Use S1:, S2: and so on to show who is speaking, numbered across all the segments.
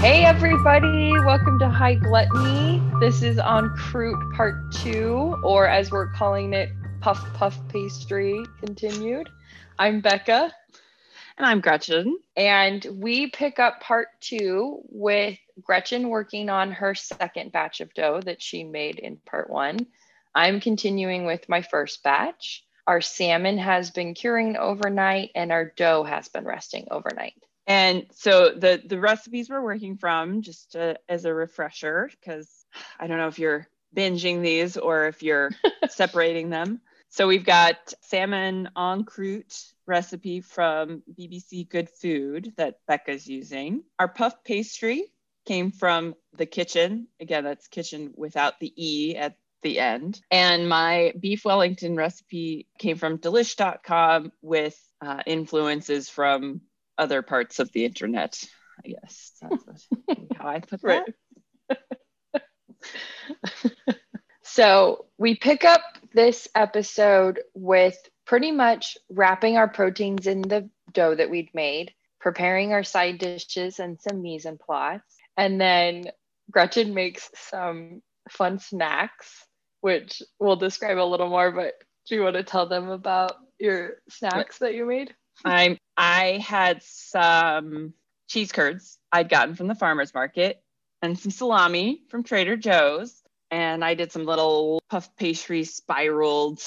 S1: Hey, everybody, welcome to High Gluttony. This is on Croute Part 2, or as we're calling it, Puff Puff Pastry Continued. I'm Becca,
S2: And I'm Gretchen.
S1: and we pick up Part 2 with Gretchen working on her second batch of dough that she made in Part 1. I'm continuing with my first batch. Our salmon has been curing overnight, and our dough has been resting overnight.
S2: And so the the recipes we're working from, just uh as a refresher, because I don't know if you're binging these or if you're separating them. So we've got salmon en croûte recipe from BBC Good Food that Becca's using. Our puff pastry came from the kitchen. Again, that's kitchen without the E at the end. And my beef Wellington recipe came from delish.com with uh, influences from other parts of the internet. I guess that's what, how I put that.
S1: Right. So we pick up this episode with pretty much wrapping our proteins in the dough that we'd made, preparing our side dishes and some mise en place. And then Gretchen makes some fun snacks, which we'll describe a little more, but do you want to tell them about your snacks that you made?
S2: I'm I had some cheese curds I'd gotten from the farmers market and some salami from Trader Joe's and I did some little puff pastry spiraled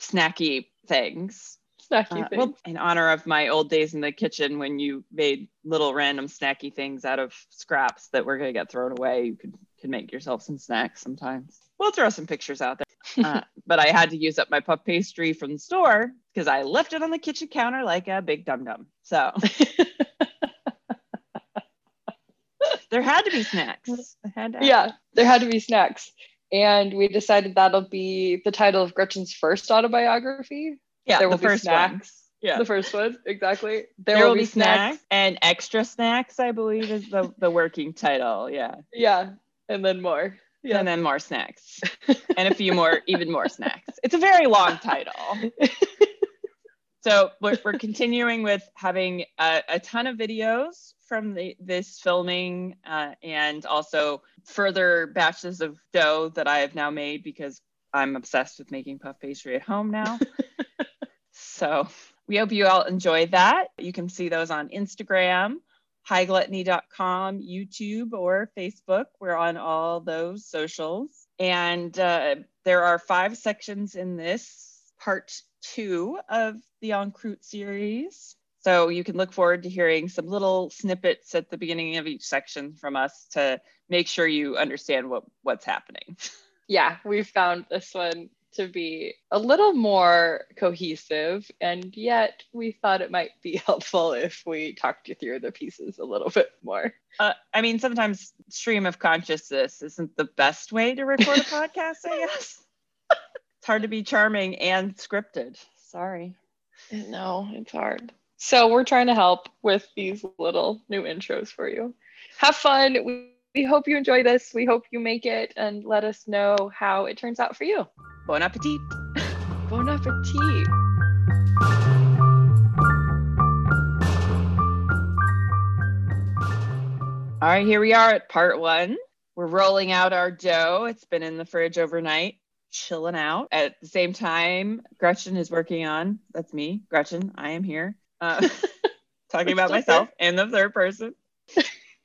S2: snacky things.
S1: Snacky
S2: Uh,
S1: things.
S2: well, in honor of my old days in the kitchen when you made little random snacky things out of scraps that were going to get thrown away, you could, could make yourself some snacks sometimes. We'll throw some pictures out there. Uh, but I had to use up my puff pastry from the store because I left it on the kitchen counter like a big dum dum. So there had to be snacks. I had to
S1: yeah, there had to be snacks. And we decided that'll be the title of Gretchen's first autobiography,
S2: yeah
S1: there
S2: the
S1: will be
S2: first one.
S1: snacks.
S2: Yeah.
S1: the first one exactly
S2: there, will, be snacks and extra snacks, I believe, is the, the working title. Yeah.
S1: yeah and then more yeah
S2: and then more snacks and a few more even more snacks it's a very long title so we're, we're continuing with having a, a ton of videos from the, this filming uh, and also further batches of dough that i have now made because i'm obsessed with making puff pastry at home now so we hope you all enjoy that you can see those on instagram highgluttony.com, YouTube, or Facebook. We're on all those socials. And uh, there are five sections in this part two of the En Croûte series. So you can look forward to hearing some little snippets at the beginning of each section from us to make sure you understand what, what's happening.
S1: yeah we found this one to be a little more cohesive and yet we thought it might be helpful if we talked you through the pieces a little bit more
S2: Uh, I mean, sometimes stream of consciousness isn't the best way to record a podcast, I guess. It's hard to be charming and scripted. Sorry.
S1: no it's hard so we're trying to help with these little new intros for you have fun we, we hope you enjoy this we hope you make it and let us know how it turns out for you
S2: Bon appetit.
S1: Bon appetit.
S2: All right, here we are at part one. We're rolling out our dough. It's been in the fridge overnight, chilling out. At the same time, Gretchen is working on, that's me, Gretchen, I am here, uh, talking about
S1: Okay.
S2: myself in the third person.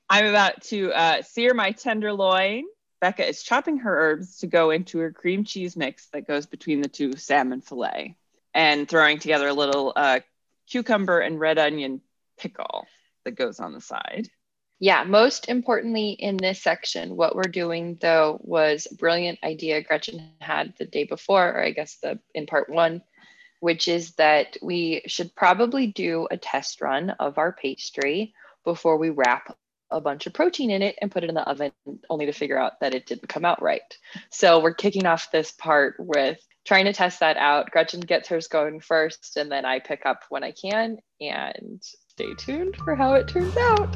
S2: I'm about to uh, sear my tenderloin. Becca is chopping her herbs to go into her cream cheese mix that goes between the two salmon fillet and throwing together a little uh, cucumber and red onion pickle that goes on the side.
S1: Yeah, most importantly in this section, what we're doing though was a brilliant idea Gretchen had the day before, or I guess the in part one, which is that we should probably do a test run of our pastry before we wrap a bunch of protein in it and put it in the oven, only to figure out that it didn't come out right. So we're kicking off this part with trying to test that out. Gretchen gets hers going first, and then I pick up when I can. And stay tuned for how it turns out.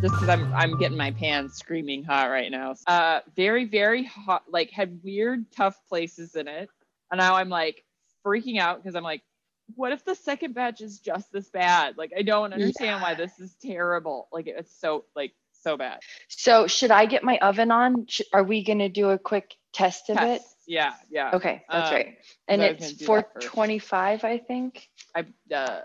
S2: just because I'm I'm getting my pan screaming hot right now. Uh, very very hot. Like had weird tough places in it, and now I'm like freaking out because I'm like, what if the second batch is just this bad? Like I don't understand why this is terrible. Like it's so like so bad.
S1: So should I get my oven on? Sh- Are we gonna do a quick test of it?
S2: Tests. Yeah, yeah.
S1: Okay, that's
S2: Um,
S1: right. And
S2: so I can
S1: it's
S2: do that first.
S1: 425, I think.
S2: I uh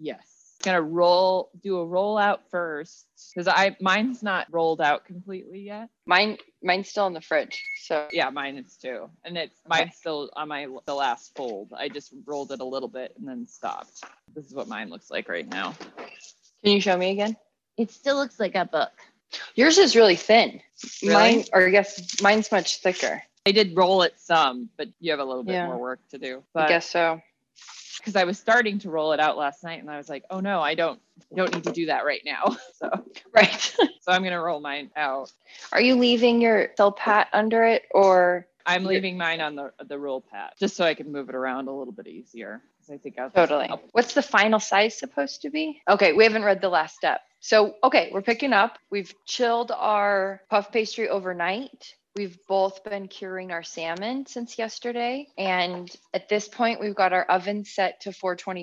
S2: yes. Gonna roll do a rollout first. Because I mine's not rolled out completely yet.
S1: Mine, mine's still in the fridge. So
S2: Yeah, mine is too. And it's
S1: Okay.
S2: mine's still on my the last fold. I just rolled it a little bit and then stopped. This is what mine looks like right now.
S1: can you show me again?
S3: It still looks like a book.
S1: Yours is really thin.
S2: Really?
S1: Mine, or I guess mine's much thicker.
S2: I did roll it some, but you have a little bit
S1: Yeah.
S2: more work to do.
S1: I
S2: But
S1: guess so.
S2: because I was starting to roll it out last night, and I was like, "Oh no, I don't I don't need to do that right now." So,
S1: Right.
S2: so I'm gonna roll mine out.
S1: Are you leaving your cell pat under it or
S2: I'm
S1: You're-
S2: leaving mine on the the roll pad just so I can move it around a little bit easier. 'cause I think I'll
S1: totally? What's the final size supposed to be? Okay, we haven't read the last step. So, okay, we're picking up. We've chilled our puff pastry overnight. We've both been curing our salmon since yesterday. And at this point, we've got our oven set to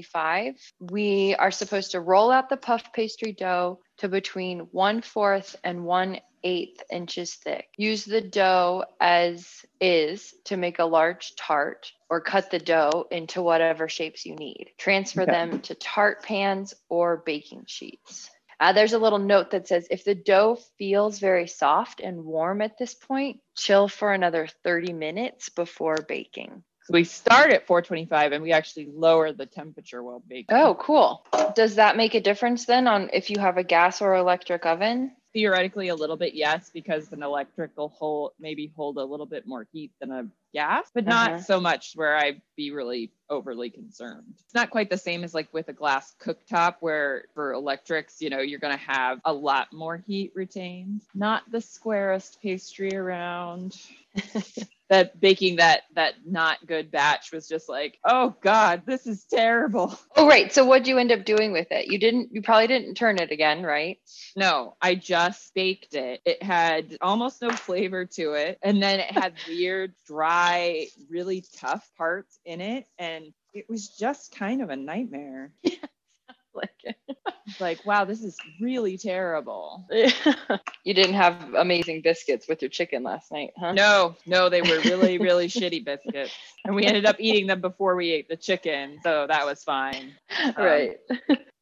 S1: 425. We are supposed to roll out the puff pastry dough to between one fourth and one eighth inches thick. Use the dough as is to make a large tart or cut the dough into whatever shapes you need. Transfer
S2: Okay.
S1: them to tart pans or baking sheets. Uh, there's a little note that says if the dough feels very soft and warm at this point, chill for another 30 minutes before baking.
S2: So we start at 425, and we actually lower the temperature while baking.
S1: Oh, cool. Does that make a difference then on if you have a gas or electric oven?
S2: theoretically a little bit yes because an electrical hold maybe hold a little bit more heat than a gas but not
S1: Uh-huh.
S2: so much where i'd be really overly concerned it's not quite the same as like with a glass cooktop where for electrics you know you're going to have a lot more heat retained not the squarest pastry around that baking that that not good batch was just like oh god this is terrible
S1: Oh, right. So what'd you end up doing with it? You didn't, you probably didn't turn it again, right?
S2: No, I just baked it. It had almost no flavor to it. And then it had weird, dry, really tough parts in it. And it was just kind of a nightmare.
S1: Like,
S2: It's Like, wow, this is really terrible.
S1: you didn't have amazing biscuits with your chicken last night, huh?
S2: No, no, they were really, really shitty biscuits. And we ended up eating them before we ate the chicken. So that was fine. Um,
S1: right.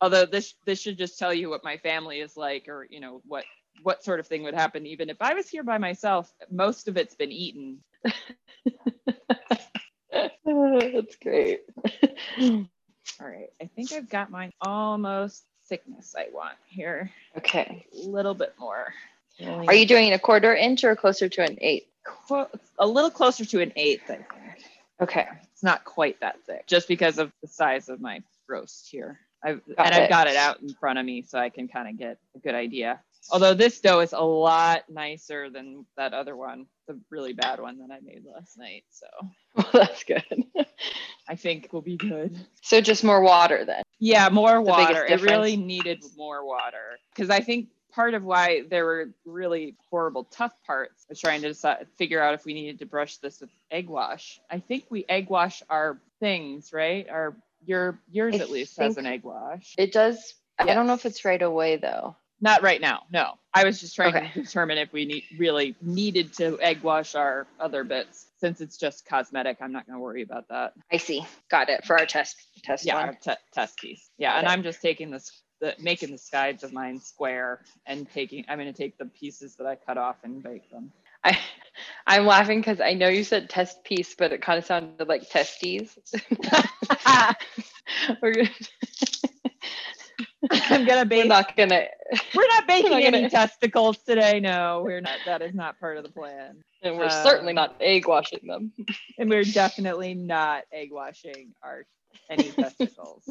S2: although this this should just tell you what my family is like or you know what what sort of thing would happen even if i was here by myself most of it's been eaten
S1: That's great.
S2: all right i think i've got mine almost thickness i want here
S1: okay.
S2: a little bit more
S1: Are you doing a quarter inch or closer to an eighth?
S2: Qu- a little closer to an eighth i think
S1: Okay.
S2: it's not quite that thick just because of the size of my roast here I've,
S1: Got
S2: and
S1: it.
S2: i've got it out in front of me so i can kind of get a good idea although this dough is a lot nicer than that other one the really bad one that i made last night so
S1: Well, that's good.
S2: i think will be good
S1: So just more water then.
S2: yeah more
S1: The biggest
S2: water it
S1: difference.
S2: really needed more water because i think part of why there were really horrible tough parts was trying to decide, figure out if we needed to brush this with egg wash i think we egg wash our things right our your yours
S1: I
S2: at least has an
S1: think-
S2: egg wash
S1: It does. I don't know if
S2: Yes.
S1: it's right away though.
S2: not right now no i was just trying
S1: Okay.
S2: to determine if we need really needed to egg wash our other bits since it's just cosmetic i'm not going to worry about that
S1: I see. Got it for our test test
S2: yeah
S1: one.
S2: our te- test piece yeah and
S1: Okay.
S2: i'm just taking this the, making the sides of mine square and taking i'm going to take the pieces that i cut off and bake them
S1: I I'm laughing because I know you said test piece, but it kind of sounded like testes. we're, gonna-
S2: i'm going
S1: we're
S2: to bake
S1: not gonna
S2: we're not baking
S1: not
S2: any
S1: gonna-
S2: testicles today no we're not that is not part of the plan
S1: and we're
S2: Uh,
S1: certainly not egg washing them.
S2: and we're definitely not egg washing our any testicles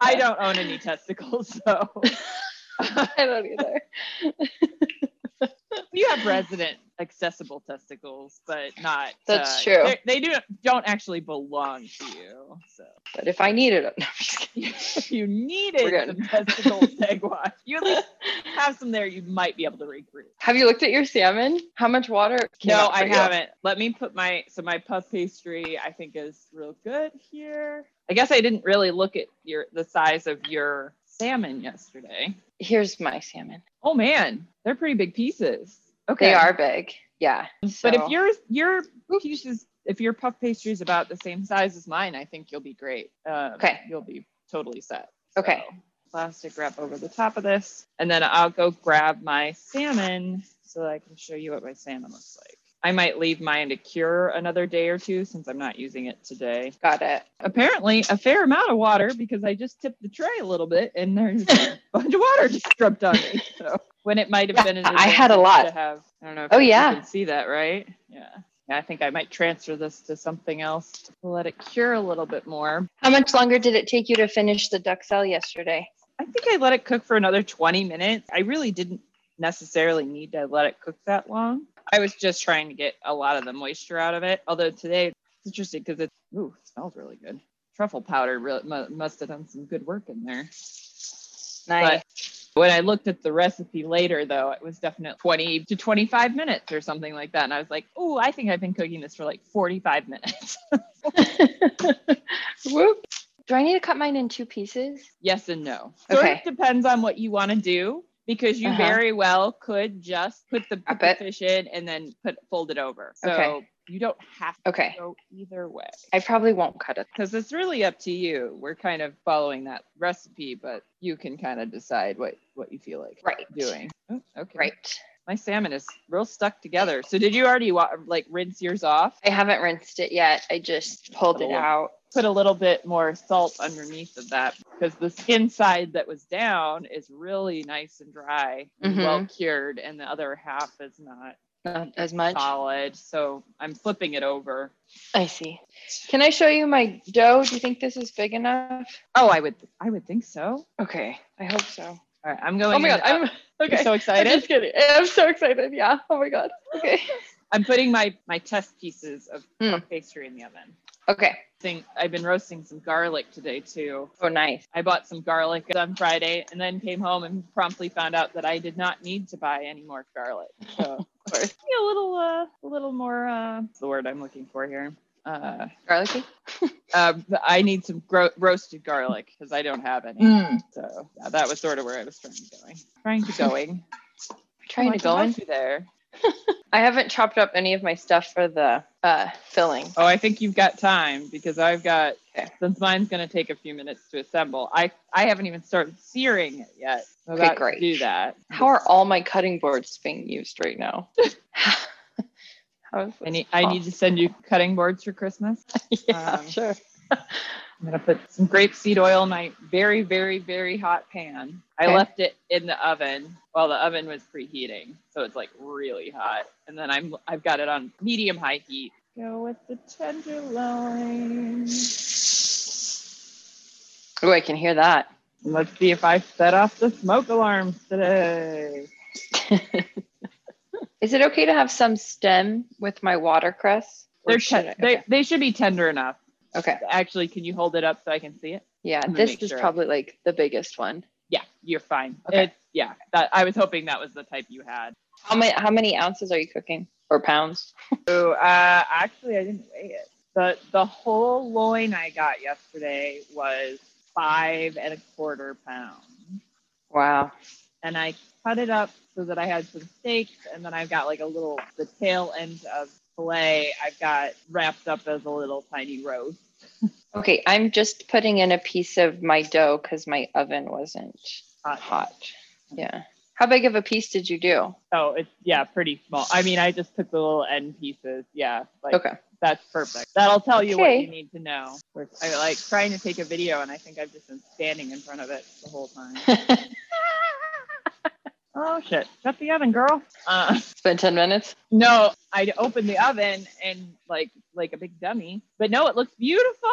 S2: i don't own any testicles so
S1: I don't either.
S2: you have resident accessible testicles, but not.
S1: That's
S2: uh,
S1: true.
S2: they- They do don't actually belong to you. So
S1: But if I needed it, no, I'm just kidding.
S2: if you
S1: We're
S2: needed some
S1: good.
S2: testicle segway, you at least have some there. You might be able to recruit.
S1: Have you looked at your salmon? How much water? came
S2: No,
S1: out for
S2: I
S1: you?
S2: haven't. Let me put my so my puff pastry I think is real good here. I guess I didn't really look at your the size of your salmon yesterday.
S1: Here's my salmon.
S2: Oh man, they're pretty big pieces. Okay.
S1: They are big. Yeah.
S2: But
S1: So-
S2: if your your pieces, if your puff pastry is about the same size as mine, I think you'll be great. Um,
S1: Okay.
S2: you'll be totally set.
S1: Okay.
S2: So, plastic wrap over the top of this, and then I'll go grab my salmon so that I can show you what my salmon looks like. I might leave mine to cure another day or two since I'm not using it today.
S1: Got it.
S2: Apparently, a fair amount of water because I just tipped the tray a little bit and there's a bunch of water just dripped on me. So when it might have been, an
S1: I had a
S2: advantage
S1: lot.
S2: to have. I don't know. If
S1: Oh,
S2: you
S1: yeah.
S2: can see that, right? Yeah. Yeah, I think I might transfer this to something else to let it cure a little bit more.
S1: How much longer did it take you to finish the duxelle yesterday?
S2: I think I let it cook for another 20 minutes. I really didn't necessarily need to let it cook that long. I was just trying to get a lot of the moisture out of it. Although today it's interesting because it ooh, it smells really good. Truffle powder really mu- must have done some good work in there.
S1: Nice.
S2: But when I looked at the recipe later, though, it was definitely 20 to 25 minutes or something like that. And I was like, oh, I think I've been cooking this for like 45 minutes.
S1: Whoop. Do I need to cut mine in two pieces?
S2: yes and no. Sort
S1: Okay.
S2: of depends on what you want to do because you
S1: Uh-huh.
S2: very well could just put the,
S1: I
S2: put the
S1: bet.
S2: fish in and then put fold it over. So
S1: Okay.
S2: you don't have to
S1: Okay.
S2: go either way
S1: I probably won't cut it.
S2: because it's really up to you. We're kind of following that recipe, but you can kind of decide what what you feel like
S1: Right.
S2: doing. Oh, okay.
S1: Right.
S2: My salmon is real stuck together. So did you already wa- like rinse yours off?
S1: I haven't rinsed it yet. I just pulled it
S2: Cool.
S1: out.
S2: Put a little bit more salt underneath of that because the skin side that was down is really nice and dry, and
S1: Mhm.
S2: well cured, and the other half is not
S1: Not as much.
S2: solid. So I'm flipping it over.
S1: I see. Can I show you my dough? Do you think this is big enough?
S2: Oh, I would I would think so.
S1: Okay. I hope so.
S2: All right, I'm going.
S1: Oh my god.
S2: in-
S1: I'm
S2: You're
S1: okay.
S2: so
S1: I'm
S2: excited.
S1: just kidding. I'm so excited. Yeah. Oh my god. Okay.
S2: I'm putting my my test pieces of
S1: Hmm.
S2: pastry in the oven.
S1: Okay.
S2: Thing I've been roasting some garlic today too.
S1: Oh nice.
S2: I bought some garlic on Friday and then came home and promptly found out that I did not need to buy any more garlic. So
S1: Of course.
S2: yeah, a little uh, a little more uh, what's the word I'm looking for here. Uh,
S1: Garlicky.
S2: uh, I need some gro- roasted garlic because I don't have
S1: Mm.
S2: any. So yeah, that was sort of where I was trying to going. Trying to going.
S1: Trying to
S2: Oh,
S1: go
S2: I
S1: in.
S2: can help you there.
S1: I haven't chopped up any of my stuff for the uh, filling.
S2: Oh, I think you've got time because I've got
S1: Okay.
S2: since mine's gonna take a few minutes to assemble. I I haven't even started searing it yet. I'm
S1: Okay,
S2: about to
S1: great.
S2: do that.
S1: How are all my cutting boards being used right now? How is
S2: I
S1: this
S2: need I need to send you cutting boards for Christmas.
S1: possible? Oh. Yeah,
S2: um,
S1: sure.
S2: I'm gonna put some grapeseed oil in my very very very hot pan. I
S1: Okay.
S2: left it in the oven while the oven was preheating, so it's like really hot. And then I'm I've got it on medium high heat. Go with the tenderloin.
S1: Oh, I can hear that.
S2: Let's see if I set off the smoke alarms today.
S1: Is it okay to have some stem with my watercress? Or
S2: They're
S1: should
S2: ten-
S1: I-
S2: they,
S1: okay.
S2: they should be tender enough.
S1: okay.
S2: Actually, can you hold it up so I can see it?
S1: Yeah,
S2: gonna
S1: this
S2: make
S1: is
S2: sure I-
S1: probably like the biggest one.
S2: Yeah, you're fine.
S1: Okay.
S2: It's, yeah, that, I was hoping that was the type you had.
S1: How many how many ounces are you cooking or pounds?
S2: So, uh, actually, I didn't weigh it. The, the whole loin I got yesterday was five and a quarter pounds.
S1: Wow.
S2: And I cut it up so that I had some steaks. And then I've got like a little, the tail end of filet, I've got wrapped up as a little tiny roast.
S1: Okay, I'm just putting in a piece of my dough because my oven wasn't
S2: Hot.
S1: hot. Yeah. How big of a piece did you do?
S2: Oh, it's yeah, pretty small. I mean, I just took the little end pieces. Yeah, like
S1: Okay.
S2: that's perfect. That'll tell you what
S1: Okay.
S2: you need to know. I like trying to take a video, and I think I've just been standing in front of it the whole time.
S1: it's
S2: oh shit! Shut the oven, girl. Uh,
S1: been 10 minutes.
S2: no, I opened the oven and like like a big dummy. But no, it looks beautiful.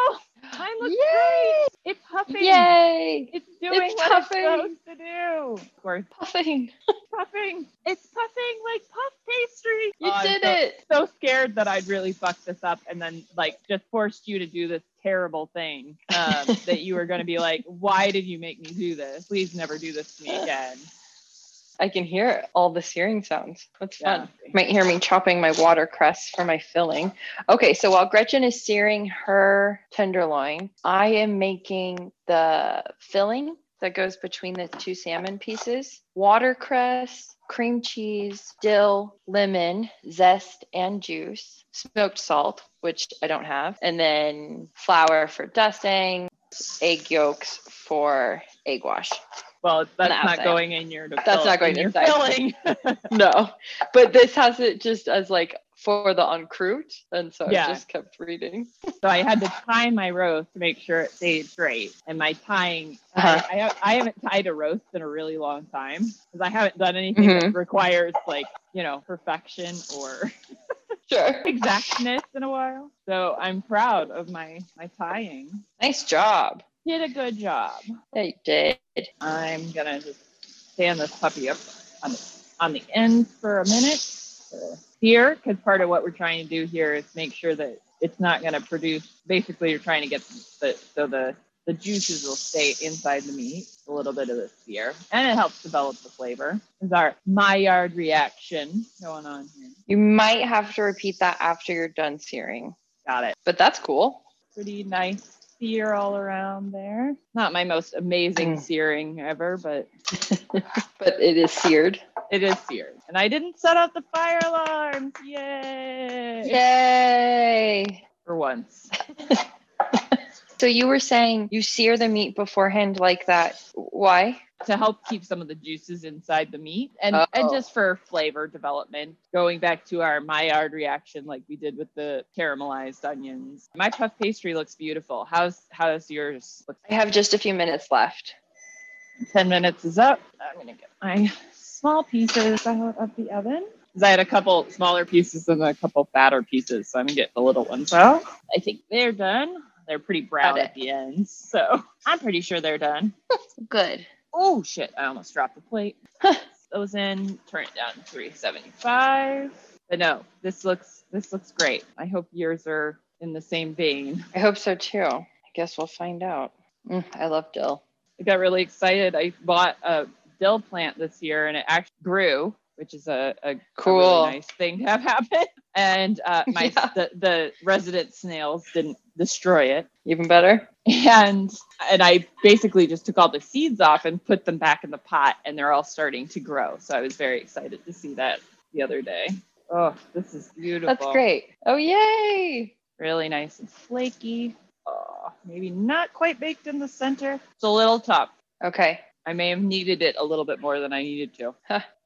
S2: Mine looks
S1: Yay!
S2: great. It's huffing.
S1: Yay!
S2: It's doing
S1: It's
S2: what
S1: puffing.
S2: it's supposed to do. Or
S1: Puffing.
S2: puffing. It's puffing like puff pastry.
S1: You
S2: Oh, I'm
S1: did
S2: so-
S1: it.
S2: So scared that I'd really fuck this up and then like just forced you to do this terrible thing um, that you were going to be like, why did you make me do this? Please never do this to me again.
S1: I can hear all the searing sounds. That's fun.
S2: Yeah.
S1: You might hear me chopping my watercress for my filling. Okay, so while Gretchen is searing her tenderloin, I am making the filling that goes between the two salmon pieces watercress, cream cheese, dill, lemon, zest, and juice, smoked salt, which I don't have, and then flour for dusting, egg yolks for egg wash.
S2: Well, that's
S1: the
S2: not
S1: outside.
S2: going in your.
S1: That's not going
S2: in your
S1: inside.
S2: filling.
S1: no, but this has it just as like for the encroute, and so
S2: Yeah.
S1: I just kept reading.
S2: So I had to tie my roast to make sure it stayed straight. And my tying,
S1: Uh-huh.
S2: I, I, I haven't tied a roast in a really long time because I haven't done anything
S1: Mm-hmm.
S2: that requires like, you know, perfection or
S1: Sure.
S2: exactness in a while. So I'm proud of my, my tying.
S1: Nice job.
S2: Did a good job.
S1: Yeah, you did.
S2: I'm going to just stand this puppy up on the, on the end for a minute uh, here because part of what we're trying to do here is make sure that it's not going to produce basically you're trying to get the so the the juices will stay inside the meat a little bit of the spear and it helps develop the flavor is our maillard reaction going on here
S1: You might have to repeat that after you're done searing,
S2: got it
S1: but that's cool.
S2: pretty nice sear all around there not my most amazing
S1: Mm.
S2: searing ever but
S1: But it is seared.
S2: It is seared. And I didn't set off the fire alarms. Yay!
S1: Yay.
S2: For once.
S1: So you were saying you sear the meat beforehand like that. Why?
S2: To help keep some of the juices inside the meat and,
S1: Oh.
S2: and just for flavor development. Going back to our Maillard reaction like we did with the caramelized onions. My puff pastry looks beautiful. How's how's yours? Looks
S1: I have just a few minutes left.
S2: 10 minutes is up. I'm going to get my small pieces out of the oven. 'Cause I had a couple smaller pieces and a couple fatter pieces. So I'm going to get the little ones out. I think they're done. They're pretty brown
S1: Got it.
S2: at the ends. So I'm pretty sure they're done.
S1: Good.
S2: Oh, shit. I almost dropped the plate. Those in, turn it down to 375. But no, this looks this looks great. I hope yours are in the same vein.
S1: I hope so too. I guess we'll find out. Mm, I love dill.
S2: I got really excited. I bought a dill plant this year and it actually grew, which is a, a a
S1: Cool.
S2: really nice thing to have happen. And uh, my
S1: Yeah.
S2: the, the resident snails didn't destroy it.
S1: Even better.
S2: And and I basically just took all the seeds off and put them back in the pot and they're all starting to grow. So I was very excited to see that the other day. Oh, this is beautiful.
S1: That's great. Oh, yay.
S2: Really nice and flaky. Oh, maybe not quite baked in the center. It's a little tough.
S1: Okay.
S2: I may have needed it a little bit more than I needed to.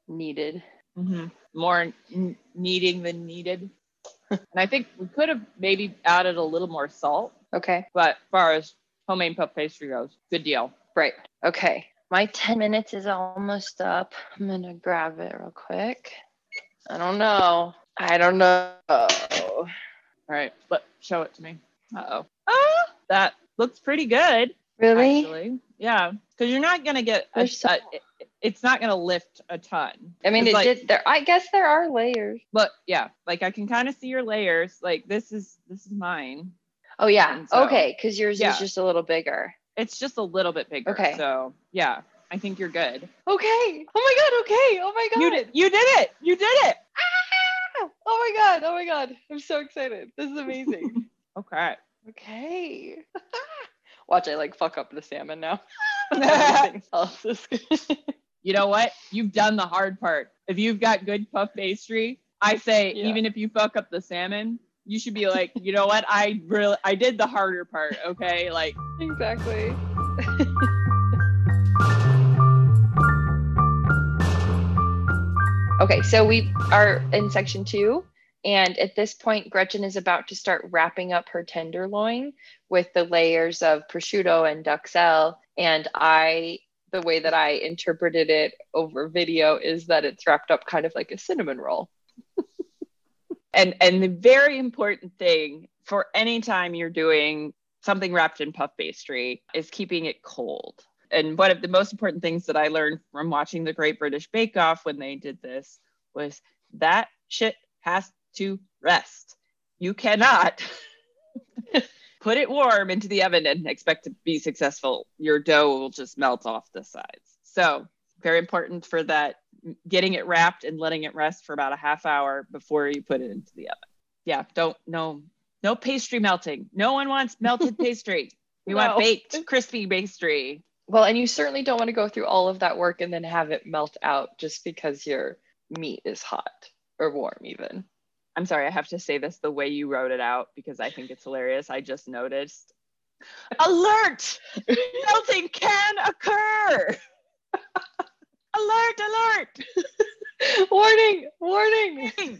S1: Needed.
S2: Mm-hmm. More n- needing than needed. and I think we could have maybe added a little more salt,
S1: Okay.
S2: but as far as homemade puff pastry goes, good deal.
S1: Right. Okay. My 10 minutes is almost up. I'm going to grab it real quick. I don't know. I don't know.
S2: All right, let show it to me. Uh oh. Ah, that looks pretty good.
S1: Really?
S2: Actually. Yeah, because you're not gonna get a,
S1: There's so-
S2: a- it- it's not gonna lift a ton.
S1: I mean,
S2: It's
S1: it
S2: like-
S1: did. There, I guess there are layers.
S2: But yeah, like I can kind of see your layers. Like this is this is mine.
S1: Oh, yeah.
S2: And so-
S1: okay. Because yours
S2: Yeah.
S1: is just a little bigger.
S2: It's just a little bit bigger.
S1: Okay.
S2: So yeah, I think you're good.
S1: Okay. Oh, my God. Okay. Oh, my God.
S2: You did you did it. You did it.
S1: Ah! Oh, my God. Oh, my God. I'm so excited. This is amazing.
S2: Okay.
S1: okay. Watch, I like fuck up the salmon now. Everything else is good.
S2: You know what? You've done the hard part. If you've got good puff pastry, I say
S1: Yeah.
S2: even if you fuck up the salmon, you should be like, you know what? I really I did the harder part, okay? Like
S1: exactly. okay, so we are in section two. And at this point, Gretchen is about to start wrapping up her tenderloin with the layers of prosciutto and duxelle. And I, the way that I interpreted it over video is that it's wrapped up kind of like a cinnamon roll.
S2: and and the very important thing for any time you're doing something wrapped in puff pastry is keeping it cold. And one of the most important things that I learned from watching the Great British Bake Off when they did this was that shit has to rest. You cannot put it warm into the oven and expect to be successful. Your dough will just melt off the sides. So, very important for that getting it wrapped and letting it rest for about a half hour before you put it into the oven. Yeah, don't no no pastry melting. No one wants melted pastry. We
S1: No.
S2: want baked, crispy pastry.
S1: Well, and you certainly don't want to go through all of that work and then have it melt out just because your meat is hot or warm, even.
S2: I'm sorry, I have to say this the way you wrote it out because I think it's hilarious. I just noticed. Alert! Melting can occur! alert, alert!
S1: warning, warning.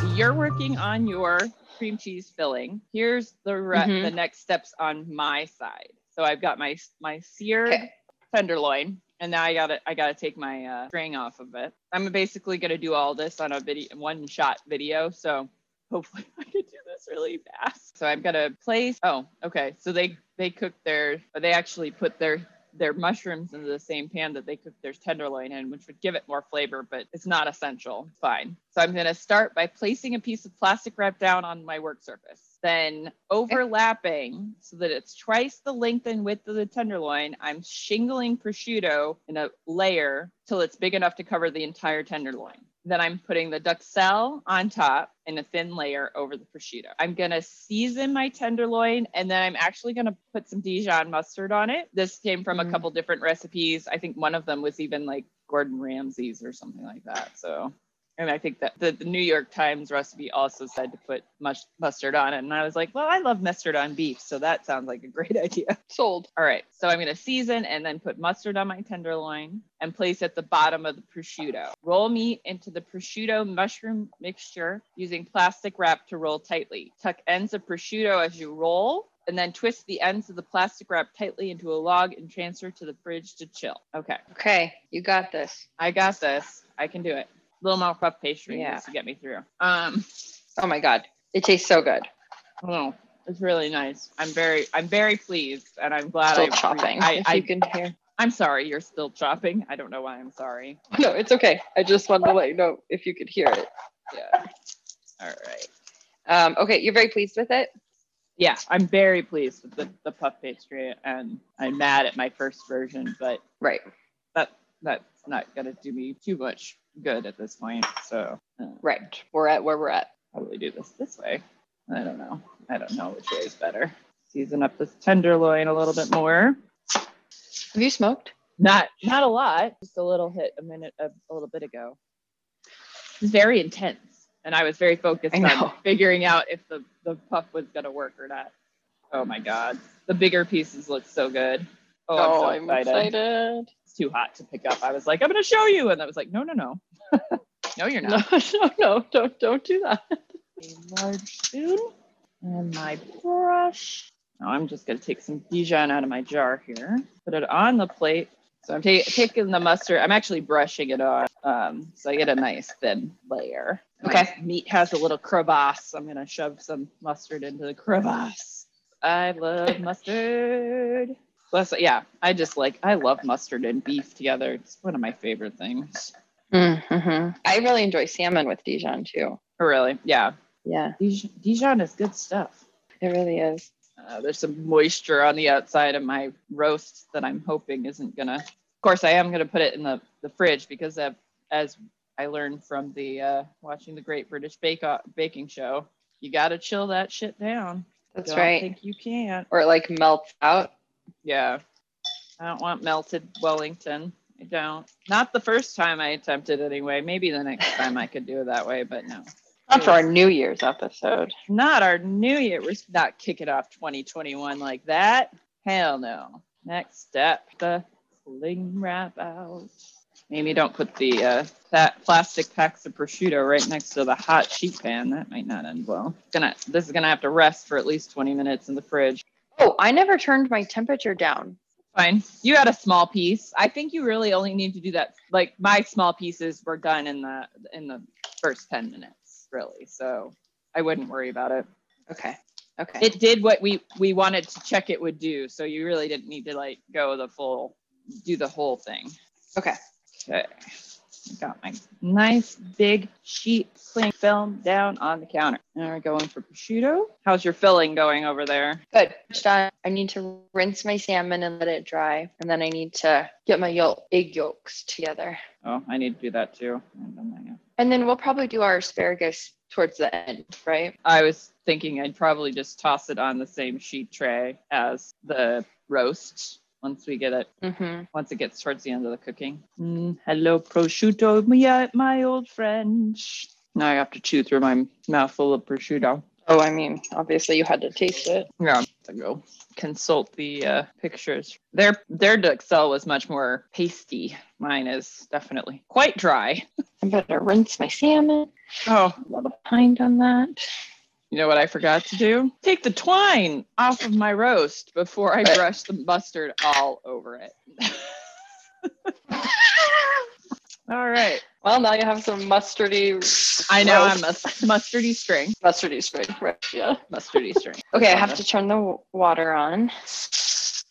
S2: So you're working on your cream cheese filling. Here's the re-
S1: Mhm.
S2: the next steps on my side. So I've got my my seared
S1: Okay.
S2: tenderloin, and now I gotta I gotta take my uh, string off of it. I'm basically gonna do all this on a video one shot video. So hopefully I can do this really fast. So I'm gonna place. Oh, okay. So they they cook their or they actually put their their mushrooms into the same pan that they cook their tenderloin in, which would give it more flavor, but it's not essential. It's Fine. So I'm going to start by placing a piece of plastic wrap down on my work surface, then overlapping so that it's twice the length and width of the tenderloin. I'm shingling prosciutto in a layer till it's big enough to cover the entire tenderloin. Then I'm putting the duxelle on top in a thin layer over the prosciutto. I'm gonna season my tenderloin and then I'm actually gonna put some Dijon mustard on it. This came from a
S1: Mm.
S2: couple different recipes. I think one of them was even like Gordon Ramsay's or something like that. So, and I think that the, the New York Times recipe also said to put mush, mustard on it. And I was like, well, I love mustard on beef. So that sounds like a great idea.
S1: Sold.
S2: All right, so I'm gonna season and then put mustard on my tenderloin and place at the bottom of the prosciutto. Roll meat into the prosciutto mushroom mixture using plastic wrap to roll tightly. Tuck ends of prosciutto as you roll, and then twist the ends of the plastic wrap tightly into a log and transfer to the fridge to chill. Okay,
S1: Okay, you got this.
S2: I got this. I can do it. little more puff pastry
S1: Yeah.
S2: needs to get me through. Um,
S1: Oh my God. It tastes so good.
S2: oh, it's really nice. I'm very, I'm very pleased, and I'm glad
S1: Still
S2: I-
S1: chopping.
S2: I,
S1: if
S2: I
S1: you can hear.
S2: I'm sorry, you're still chopping. I don't know why I'm sorry.
S1: No, it's okay. I just wanted to let you know if you could hear it.
S2: Yeah. All right.
S1: Um, okay, you're very pleased with it.
S2: Yeah, I'm very pleased with the, the puff pastry and I'm mad at my first version, but
S1: Right.
S2: that that's not gonna do me too much good at this point. So uh,
S1: Right. We're at where we're at.
S2: probably do this this way. I don't know. I don't know which way is better. Season up this tenderloin a little bit more.
S1: Have you smoked?
S2: Not not a lot, just a little hit a minute a, a little bit ago. It's very intense. And I was very focused
S1: I
S2: on
S1: know.
S2: figuring out if the, the puff was gonna work or not. Oh my god. The bigger pieces look so good. Oh, I'm so excited.
S1: excited.
S2: It's too hot to pick up. I was like, I'm gonna show you. And I was like, no, no, no. no, you're
S1: No,
S2: not.
S1: no, no, don't don't do that.
S2: A large spoon and my brush. Now I'm just gonna take some Dijon out of my jar here, put it on the plate. So I'm ta- taking the mustard. I'm actually brushing it on, um, so I get a nice thin layer.
S1: Okay.
S2: My meat has a little crevasse. I'm gonna shove some mustard into the crevasse. I love mustard. Plus, yeah, I just like I love mustard and beef together. It's one of my favorite things.
S1: Mm-hmm. I really enjoy salmon with Dijon too.
S2: Oh, really? Yeah,
S1: Yeah,
S2: Dij- Dijon is good stuff.
S1: it really is.
S2: Uh, there's some moisture on the outside of my roast that I'm hoping isn't gonna. Of course, I am gonna put it in the, the fridge because uh, as I learned from the uh, watching the Great British Bake Off baking show, you gotta chill that shit down.
S1: That's
S2: Don't
S1: right.
S2: Think you can't.
S1: or it like melts out.
S2: Yeah. I don't want melted Wellington. I don't. Not the first time I attempted anyway. Maybe the next time I could do it that way, but no.
S1: Not for our New Year's episode.
S2: Not our new year. We're not kicking off 2021 like that. Hell no. Next step, the sling wrap out. Maybe don't put the uh, that plastic packs of prosciutto right next to the hot sheet pan. That might not end well. Gonna this is gonna have to rest for at least 20 minutes in the fridge.
S1: Oh, I never turned my temperature down.
S2: Fine. You had a small piece. I think you really only need to do that. Like my small pieces were done in the in the first ten minutes, really. So I wouldn't worry about it.
S1: Okay. Okay.
S2: It did what we we wanted to check it would do. So you really didn't need to like go the full, do the whole thing.
S1: okay.
S2: Okay. I Got my nice big sheet cling film down on the counter. Now we're going for prosciutto. How's your filling going over there?
S1: Good. It's done. I need to rinse my salmon and let it dry. And then I need to get my yolk, egg yolks together.
S2: Oh, I need to do that too. I haven't done that yet.
S1: And then we'll probably do our asparagus towards the end, right?
S2: I was thinking I'd probably just toss it on the same sheet tray as the roast once we get it
S1: Mm-hmm.
S2: once it gets towards the end of the cooking. Mm, hello, prosciutto, my, my old friend. Now I have to chew through my mouthful of prosciutto.
S1: Oh, I mean, obviously you had to taste it.
S2: Yeah, to go consult the uh, pictures. Their their Dexel was much more pasty. Mine is definitely quite dry.
S1: I better rinse my salmon.
S2: Oh,
S1: A little behind on that.
S2: you know what I forgot to do? Take the twine off of my roast before I brush the mustard all over it. all right.
S1: Well, now you have some mustardy,
S2: I know
S1: roast.
S2: I'm a mustardy string.
S1: mustardy string, right? Yeah.
S2: Mustardy string.
S1: Okay, I have to turn the w- water on.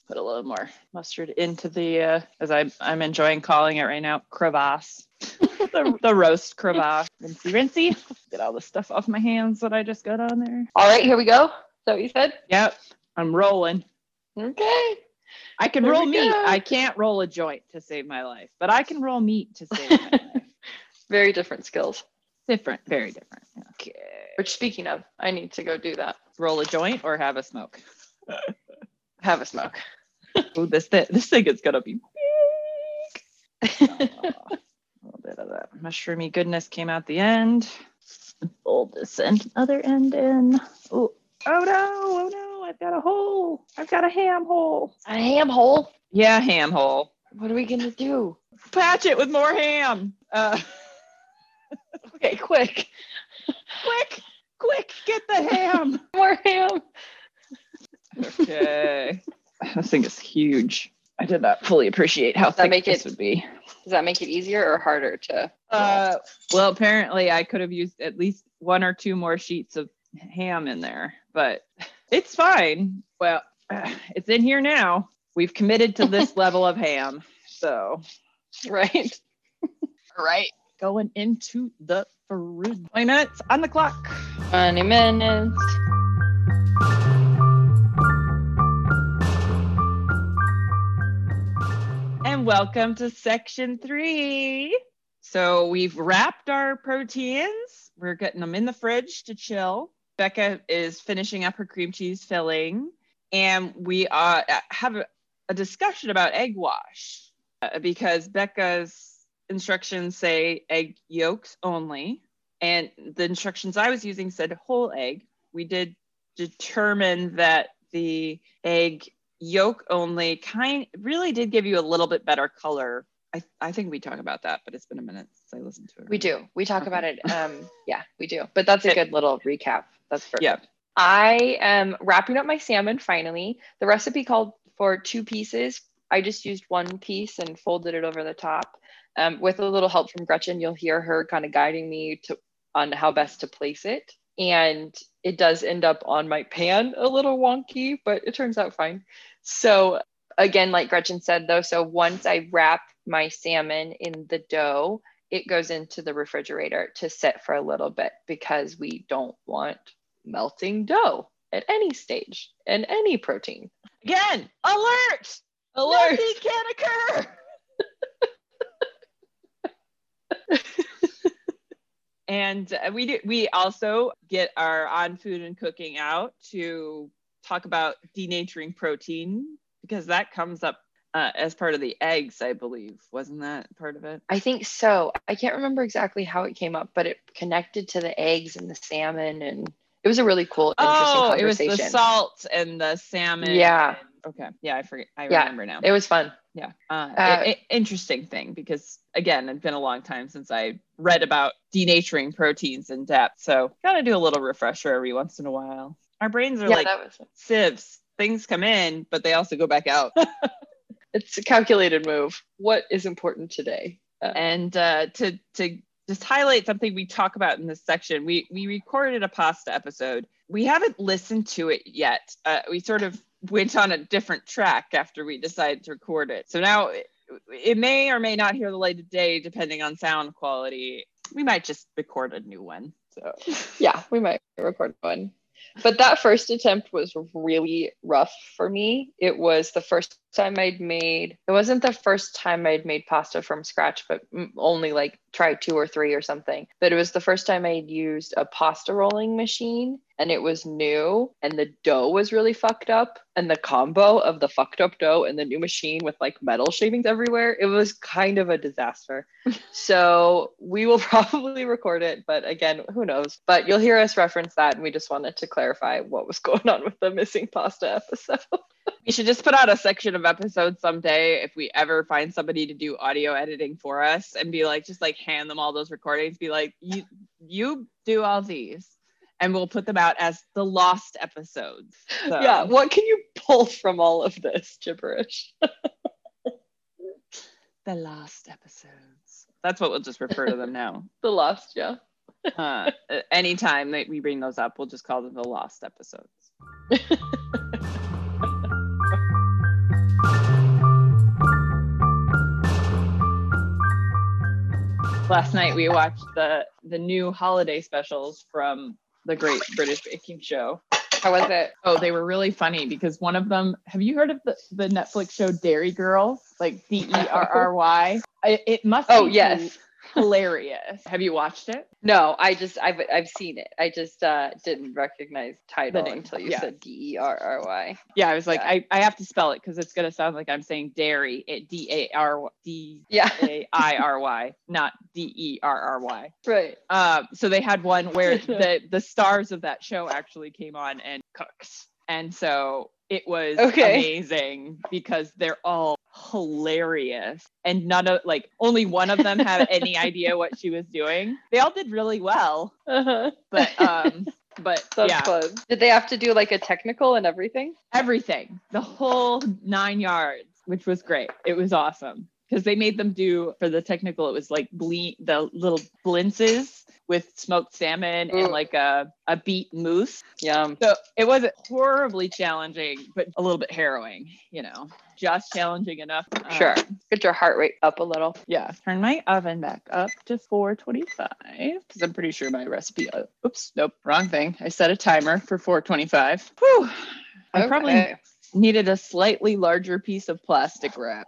S2: put a little more mustard into the uh, as I'm I'm enjoying calling it right now crevasse. the, the roast crevasse. Rinsey rinsey. Get all the stuff off my hands that I just got on there.
S1: All right, here we go. Is that what you said?
S2: Yep. I'm rolling.
S1: Okay.
S2: I can
S1: There
S2: roll
S1: we
S2: meat.
S1: go.
S2: I can't roll a joint to save my life, but I can roll meat to save my life.
S1: Very different skills.
S2: Different, very different. yeah.
S1: Okay. Which, speaking of, I need to go do that.
S2: Roll a joint or have a smoke.
S1: Have a smoke.
S2: Oh, this thing, this thing is gonna be big. Aw, a little bit of that mushroomy goodness came out the end. Fold this end, other end in. Oh, oh no, oh no! I've got a hole. I've got a ham hole.
S1: A ham hole?
S2: Yeah, ham hole.
S1: What are we going to do?
S2: Patch it with more ham. Uh,
S1: Okay, quick.
S2: quick, quick, get the ham.
S1: More ham.
S2: okay, this thing is huge. I did not fully appreciate how
S1: that
S2: thick
S1: make
S2: this
S1: it-
S2: would be.
S1: Does that make it easier or harder to?
S2: Uh, well, apparently I could have used at least one or two more sheets of ham in there, but it's fine. Well, it's in here now. We've committed to this level of ham. So,
S1: right.
S2: all right, going into the fridge. Why not? It's on the clock.
S1: 20 minutes.
S2: And welcome to section three. So we've wrapped our proteins. We're getting them in the fridge to chill. Becca is finishing up her cream cheese filling, and we uh, have a, a discussion about egg wash uh, because Becca's instructions say egg yolks only, and the instructions I was using said whole egg. We did determine that the egg yolk only kind really did give you a little bit better color. I, I think we talk about that, but it's been a minute since I listened to it.
S1: We do. We talk about it. Um, yeah, we do. But that's a
S2: Okay.
S1: good little recap. That's perfect.
S2: Yeah.
S1: I am wrapping up my salmon finally. The recipe called for two pieces. I just used one piece and folded it over the top. Um, with a little help from Gretchen, you'll hear her kind of guiding me to on how best to place it. And it does end up on my pan a little wonky, but it turns out fine. So again, like Gretchen said though, so once I wrap my salmon in the dough, it goes into the refrigerator to sit for a little bit because we don't want melting dough at any stage and any protein.
S2: Again, alert!
S1: Alert!
S2: Nothing can occur. and uh, we do, we also get our on food and cooking out to talk about denaturing protein because that comes up uh, as part of the eggs, I believe. Wasn't that part of it?
S1: I think so. I can't remember exactly how it came up, but it connected to the eggs and the salmon and it was a really cool interesting
S2: Oh, it was
S1: conversation.
S2: the salt and the salmon.
S1: Yeah.
S2: and- okay. Yeah, I forget. I
S1: Yeah.
S2: remember now.
S1: It was fun.
S2: Yeah. Uh,
S1: Uh,
S2: i- i- interesting thing because, again, it's been a long time since I read about denaturing proteins in depth. So, got to do a little refresher every once in a while. Our brains are
S1: yeah,
S2: like
S1: that was
S2: sieves, things come in, but they also go back out.
S1: it's a calculated move. What is important today? Uh,
S2: and uh, to to just highlight something we talk about in this section we we recorded a pasta episode we haven't listened to it yet uh, we sort of went on a different track after we decided to record it so now it, it may or may not hear the light of day depending on sound quality we might just record a new one so
S1: yeah, we might record one. But that first attempt was really rough for me. It was the first time I'd made, it wasn't the first time I'd made pasta from scratch, but m- only like try two or three or something. But it was the first time I'd used a pasta rolling machine and it was new and the dough was really fucked up. And the combo of the fucked up dough and the new machine with like metal shavings everywhere, it was kind of a disaster. so we will probably record it, but again, who knows? But you'll hear us reference that. And we just wanted to clarify what was going on with the missing pasta episode.
S2: we should just put out a section of episodes someday if we ever find somebody to do audio editing for us and be like just like hand them all those recordings be like you you do all these and we'll put them out as the lost episodes So,
S1: Yeah, what can you pull from all of this gibberish?
S2: the lost episodes that's what we'll just refer to them now
S1: The lost, yeah.
S2: uh, anytime that we bring those up we'll just call them the lost episodes last night we watched the the new holiday specials from the great british baking show
S1: How was it?
S2: oh they were really funny because one of them have you heard of the, the netflix show dairy girl like E d-e-r-r-y I- it must
S1: Oh,
S2: be
S1: yes.
S2: hilarious have you watched it
S1: No, I just I've I've seen it. I just uh didn't recognize title
S2: name,
S1: until you
S2: yeah.
S1: said D E R R Y.
S2: yeah i was like
S1: Yeah.
S2: I, I have to spell it because it's going to sound like i'm saying dairy eh, it d-a-r-d
S1: Yeah,
S2: A I R Y, not D E R R Y.
S1: right.
S2: Um, so they had one where the the stars of that show actually came on and cooks, and so it was
S1: Okay.
S2: amazing because they're all hilarious, and none of like only one of them had any idea what she was doing. They all did really well,
S1: Uh-huh.
S2: but um, but
S1: That's
S2: yeah,
S1: fun. Did they have to do like a technical and everything?
S2: everything, the whole nine yards, which was great. It was awesome because they made them do for the technical. It was like ble- the little blinces with smoked salmon
S1: Ooh.
S2: and like a a beet mousse.
S1: Yum.
S2: So it wasn't horribly challenging, but a little bit harrowing. You know, just challenging enough. Um,
S1: Sure. Get your heart rate up a little.
S2: yeah. Turn my oven back up to 425 because I'm pretty sure my recipe. uh, oops. Nope. Wrong thing. I set a timer for 425. Whew. I probably
S1: Okay.
S2: needed a slightly larger piece of plastic wrap.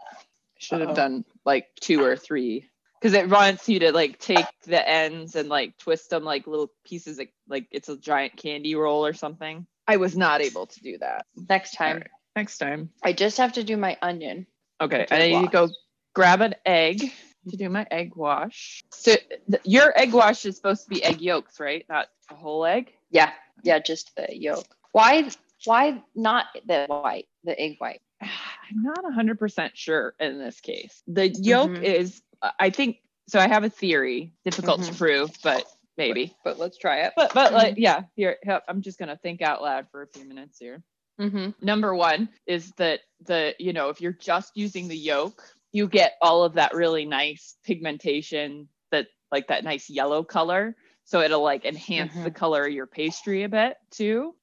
S2: Should have
S1: Uh-oh.
S2: done like two or three because it wants you to like take the ends and like twist them like little pieces like, like it's a giant candy roll or something. I was not able to do that.
S1: next time.
S2: Alright. Next time.
S1: I just have to do my onion.
S2: Okay,
S1: I
S2: I need to
S1: lost.
S2: go grab an egg to do my egg wash. So th- your egg wash is supposed to be egg yolks, right? Not a whole egg.
S1: Yeah. Yeah, just the yolk. Why why not the white, the egg white?
S2: I'm not 100% sure in this case. The yolk
S1: Mhm.
S2: is, I think, so I have a theory, difficult to prove, but maybe.
S1: But let's try it.
S2: But, but like, yeah, here, here, I'm just going to think out loud for a few minutes here.
S1: Mm-hmm.
S2: Number one is that the, you know, if you're just using the yolk, you get all of that really nice pigmentation that, like, that nice yellow color. So it'll like enhance the color of your pastry a bit too.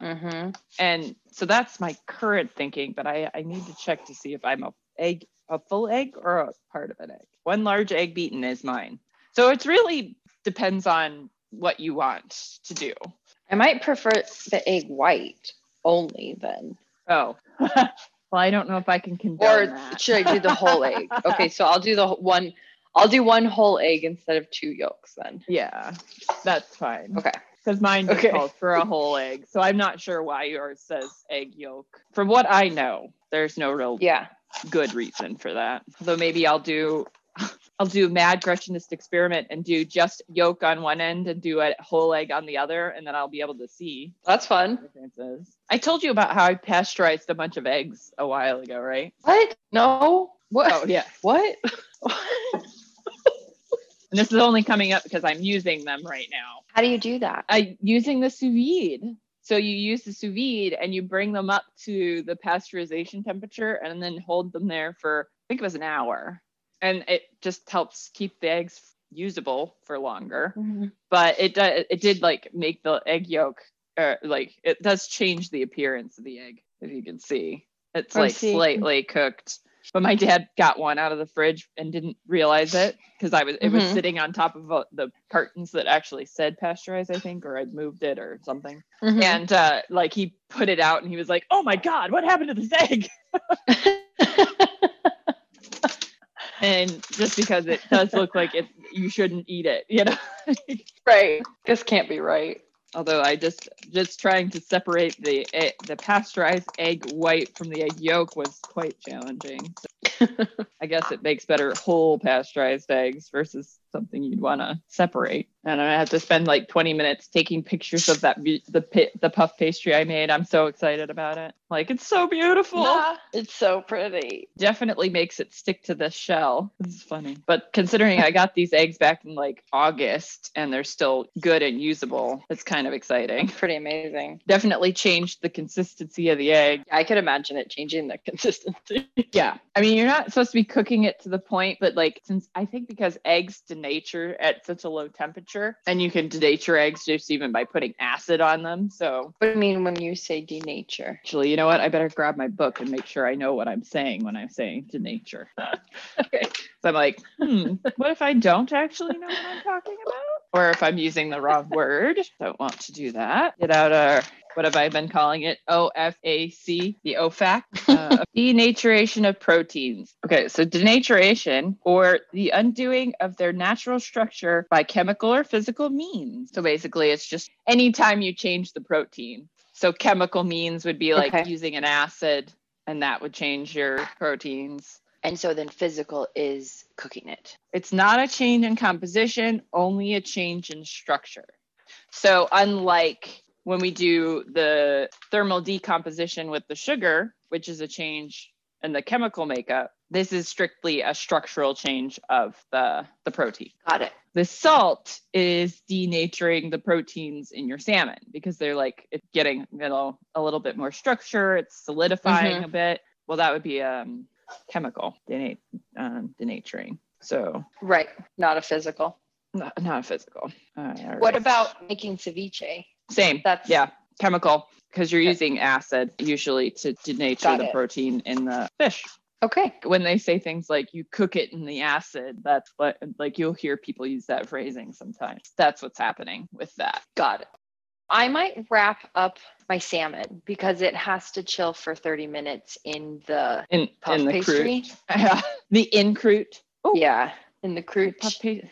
S1: Mm-hmm.
S2: And so that's my current thinking, but I, I need to check to see if I'm a egg, a full egg or a part of an egg. One large egg beaten is mine. So it's really depends on what you want to do.
S1: I might prefer the egg white only then.
S2: Oh, well, I don't know if I can condone
S1: Or
S2: that.
S1: should I do the whole egg? Okay, so I'll do the wh- one I'll do one whole egg instead of two yolks then.
S2: yeah, that's fine.
S1: Okay.
S2: Because mine just
S1: Okay.
S2: calls for a whole egg. So I'm not sure why yours says egg yolk. From what I know, there's no real
S1: Yeah.
S2: good reason for that. Although maybe I'll do I'll do mad Gretchenist experiment and do just yolk on one end and do a whole egg on the other, and then I'll be able to see
S1: That's
S2: the
S1: fun.
S2: differences. I told you about how I pasteurized a bunch of eggs a while ago, right?
S1: What? No. What?
S2: Oh yeah.
S1: What?
S2: And this is only coming up because I'm using them right now.
S1: How do you do that?
S2: I using the sous vide. So you use the sous vide and you bring them up to the pasteurization temperature and then hold them there for I think it was an hour. And it just helps keep the eggs usable for longer.
S1: Mm-hmm.
S2: But it do- it did like make the egg yolk or like it does change the appearance of the egg if you can see. It's
S1: I
S2: like
S1: see.
S2: slightly cooked. But my dad got one out of the fridge and didn't realize it because I was it was
S1: Mhm.
S2: sitting on top of uh, the cartons that actually said pasteurized, I think, or I'd moved it or something
S1: Yeah.
S2: and uh, like he put it out and he was like oh my god what happened to this egg and just because it does look like it you shouldn't eat it you know
S1: right. This can't be right.
S2: although i just just trying to separate the e- the pasteurized egg white from the egg yolk was quite challenging So i guess it makes better whole pasteurized eggs versus something you'd want to separate and i have to spend like 20 minutes taking pictures of that bu- the pi- the puff pastry i made i'm so excited about it like it's so beautiful
S1: Ah, it's so pretty.
S2: definitely makes it stick to the shell. This is funny. But considering I got these eggs back in like August and they're still good and usable, it's kind of exciting.
S1: Pretty amazing.
S2: Definitely changed the consistency of the egg.
S1: I could imagine it changing the consistency.
S2: Yeah. I mean, you're not supposed to be cooking it to the point, but like, since I think because eggs denature at such a low temperature, and you can denature eggs just even by putting acid on them. So
S1: What do you mean when you say denature?
S2: actually, you know what? I better grab my book and make sure I know what I'm saying when I'm saying denature.
S1: Okay.
S2: So I'm like, hmm, what if I don't actually know what I'm talking about? Or if I'm using the wrong word, don't want to do that. Get out our, what have I been calling it? OFAC, the OFAC, uh, denaturation of proteins. Okay, so denaturation or the undoing of their natural structure by chemical or physical means. So basically, it's just anytime you change the protein. So chemical means would be like
S1: Okay.
S2: using an acid, and that would change your proteins.
S1: And so then physical is cooking it.
S2: It's not a change in composition, only a change in structure. So, unlike when we do the thermal decomposition with the sugar, which is a change in the chemical makeup, this is strictly a structural change of the, the protein.
S1: Got it.
S2: The salt is denaturing the proteins in your salmon because they're like it's getting you know a little bit more structure, it's solidifying a bit. Well, that would be um, chemical denat- um, denaturing. So
S1: Right. Not a physical.
S2: not, not physical. All right, all right.
S1: What about making ceviche?
S2: same?
S1: That's-
S2: yeah, chemical because you're
S1: Okay.
S2: using acid usually to denature
S1: Got
S2: the
S1: it.
S2: protein in the fish.
S1: Okay.
S2: When they say things like you cook it in the acid, that's what like you'll hear people use that phrasing sometimes. That's what's happening with that.
S1: Got it. I might wrap up my salmon because it has to chill for 30 minutes in the
S2: In
S1: puff
S2: in the
S1: pastry.
S2: crute, the in crute. Oh.
S1: Yeah, in the
S2: The
S1: crute.
S2: puff pa-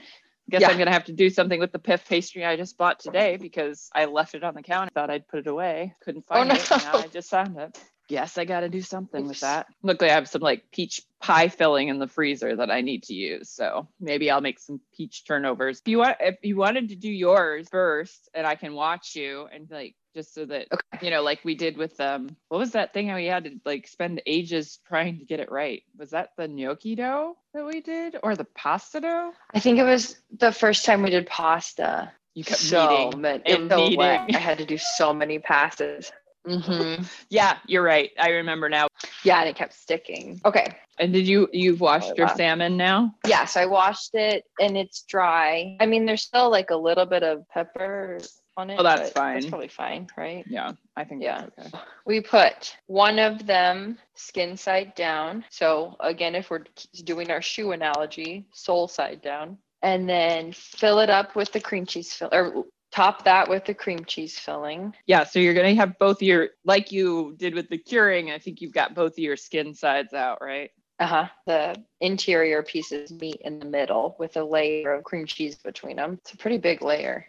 S2: Guess
S1: Yeah.
S2: I'm gonna have to do something with the puff pastry I just bought today because I left it on the counter. Thought I'd put it away. Couldn't
S1: Oh,
S2: find it. and
S1: no.
S2: Now I just found it. Yes, I gotta do something with
S1: Oops.
S2: that. Luckily, I have some like peach pie filling in the freezer that I need to use. So maybe I'll make some peach turnovers. If you want, if you wanted to do yours first, and I can watch you and like just so that you know, like we did with um, what was that thing we had to like spend ages trying to get it right? Was that the gnocchi dough that we did, or the pasta dough?
S1: I think it was the first time we did pasta.
S2: You kept
S1: so
S2: meeting.
S1: ma-
S2: and
S1: it was so wet.
S2: kneading.
S1: I had to do so many passes. hmm
S2: Mm-hmm. Yeah, you're right. I remember now.
S1: Yeah, and it kept sticking. Okay.
S2: And did you you've washed
S1: Oh,
S2: your
S1: wow.
S2: salmon now?
S1: Yeah, so I washed it and it's dry. I mean, there's still like a little bit of pepper on it.
S2: Oh, that's
S1: but That's
S2: fine.
S1: probably fine, right?
S2: Yeah, I think that's okay.
S1: We put one of them skin side down. So, again, if we're doing our shoe analogy, sole side down. And then fill it up with the cream cheese fill or top that with the cream cheese filling.
S2: Yeah, so you're gonna have both your like you did with the curing. I think you've got both of your skin sides out, right?
S1: Uh huh. The interior pieces meet in the middle with a layer of cream cheese between them. It's a pretty big layer.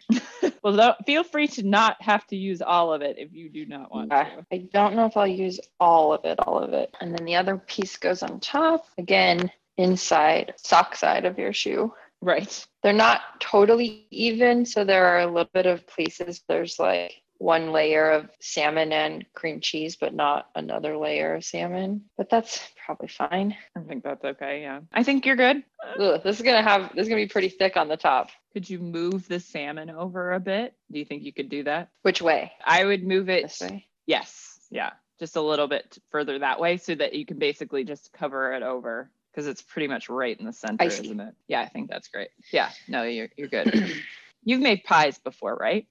S2: Well, don't, feel free to not have to use all of it if you do not want
S1: Okay.
S2: to.
S1: I don't know if I'll use all of it, all of it. And then the other piece goes on top. Again, inside, sock side of your shoe.
S2: Right.
S1: they're not totally even so there are a little bit of places there's like one layer of salmon and cream cheese, but not another layer of salmon. But that's probably fine.
S2: I think that's okay. Yeah. I think you're good.
S1: Ugh, this is gonna have this is gonna be pretty thick on the top.
S2: Could you move the salmon over a bit? Do you think you could do that?
S1: Which way?
S2: I would move it.
S1: This way.
S2: Yes. Yeah. Just a little bit further that way so that you can basically just cover it over because it's pretty much right in the center,
S1: see.
S2: isn't it? Yeah. I think that's great. Yeah. No, you're, you're good. You've made pies before, right?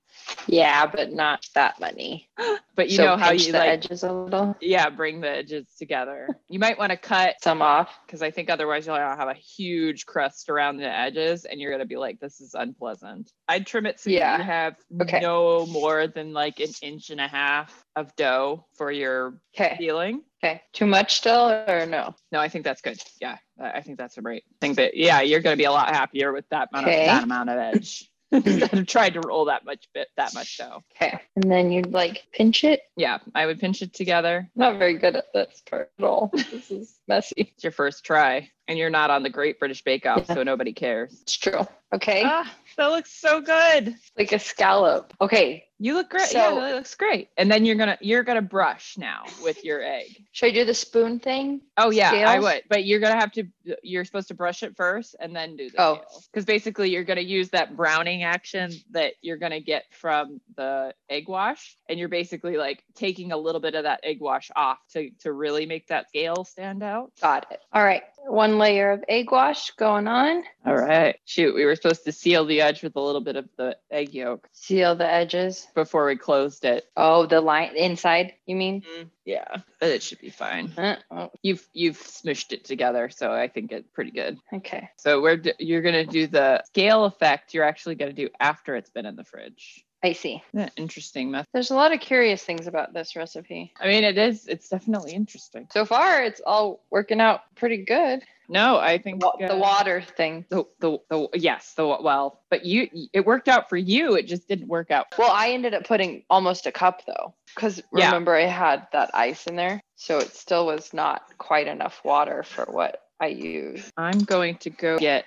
S1: Yeah, but not that many.
S2: But you
S1: So
S2: know how
S1: pinch
S2: you
S1: the
S2: like,
S1: edges a little,
S2: yeah, bring the edges together. You might want to cut
S1: some off.
S2: because I think otherwise you'll have a huge crust around the edges and you're gonna be like, this is unpleasant. I'd trim it so
S1: Yeah.
S2: you have
S1: Okay.
S2: no more than like an inch and a half of dough for your
S1: Okay.
S2: peeling.
S1: Okay. Too much still or no?
S2: No, I think that's good. Yeah, I I think that's great. I think that yeah, you're gonna be a lot happier with that amount
S1: Okay.
S2: of that amount of edge instead of trying to roll that much bit that much dough.
S1: Okay. And then you'd like pinch it.
S2: Yeah, I would pinch it together.
S1: I'm not very good at this part at all. This is messy.
S2: It's your first try, and you're not on the Great British Bake Off,
S1: Yeah.
S2: so nobody cares.
S1: It's true. Uh, Okay.
S2: Ah, that looks so good.
S1: like a scallop. Okay.
S2: You look great.
S1: So-
S2: yeah, that looks great. And then you're gonna you're gonna brush now with your egg.
S1: Should I do the spoon thing?
S2: Oh yeah, I
S1: Scales?
S2: would. But you're gonna have to you're supposed to brush it first and then do the
S1: Oh.
S2: Because basically you're gonna use that browning action that you're gonna get from the egg wash. And you're basically like taking a little bit of that egg wash off to to really make that scale stand out.
S1: Got it. All right. One layer of egg wash going on.
S2: All right. Shoot, we were supposed to seal the edge with a little bit of the egg yolk
S1: Seal the edges.
S2: before we closed it.
S1: Oh, the line inside, you mean?
S2: Yeah. But it should be fine.
S1: Uh, oh,
S2: You've you've smushed it together, so I think it's pretty good.
S1: okay.
S2: So we're d- you're gonna do the scale effect. You're actually gonna do after it's been in the fridge.
S1: I see.
S2: Isn't that interesting method.
S1: There's a lot of curious things about this recipe.
S2: I mean, it is. It's definitely interesting.
S1: So far, it's all working out pretty good.
S2: No, I think
S1: Wa- The
S2: uh,
S1: water thing.
S2: The, the, the yes the wa- well but you it worked out for you it just didn't work out
S1: Well, I ended up putting almost a cup though, because
S2: Yeah.
S1: remember I had that ice in there, so it still was not quite enough water for what I used.
S2: I'm going to go get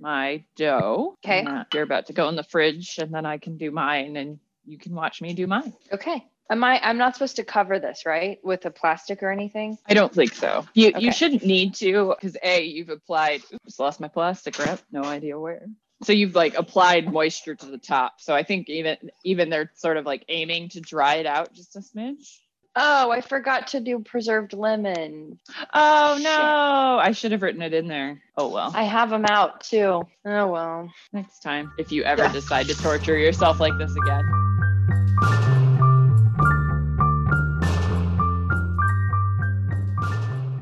S2: my dough
S1: Okay.
S2: And, uh, you're about to go in the fridge and then I can do mine and you can watch me do mine
S1: Okay. Am I? I'm not supposed to cover this, right, with a plastic or anything?
S2: I don't think so. You
S1: Okay.
S2: you shouldn't need to because a you've applied. Oops, lost my plastic wrap. No idea where. So you've like applied moisture to the top. So I think even even they're sort of like aiming to dry it out just a smidge.
S1: Oh, I forgot to do preserved lemon.
S2: Oh
S1: Shit.
S2: no! I should have written it in there. Oh well.
S1: I have them out too. Oh well.
S2: Next time, if you ever decide to torture yourself like this again.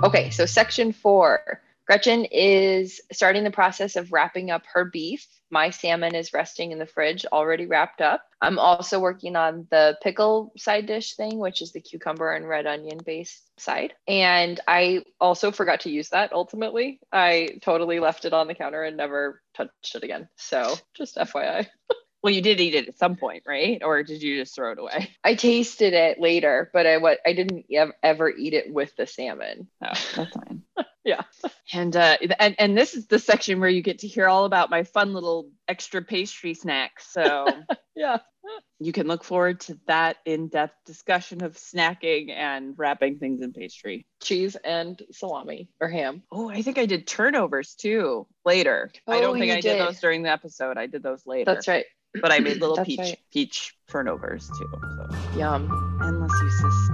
S1: Okay, so section four. Gretchen is starting the process of wrapping up her beef. My salmon is resting in the fridge, already wrapped up. I'm also working on the pickle side dish thing, which is the cucumber and red onion based side. And I also forgot to use that ultimately. I totally left it on the counter and never touched it again. So just FYI.
S2: Well, you did eat it at some point, right? Or did you just throw it away?
S1: I tasted it later, but I, wa- I didn't ev- ever eat it with the salmon.
S2: Oh, that's fine.
S1: Yeah.
S2: And uh and and this is the section where you get to hear all about my fun little extra pastry snacks. So
S1: Yeah.
S2: you can look forward to that in-depth discussion of snacking and wrapping things in pastry.
S1: Cheese and salami or ham.
S2: Oh, I think I did turnovers too later. I
S1: Oh,
S2: don't think
S1: you
S2: I did.
S1: did.
S2: those during the episode. I did those later.
S1: That's right.
S2: But I made little
S1: That's
S2: peach
S1: right.
S2: peach turnovers too. So
S1: Yum.
S2: endless uses.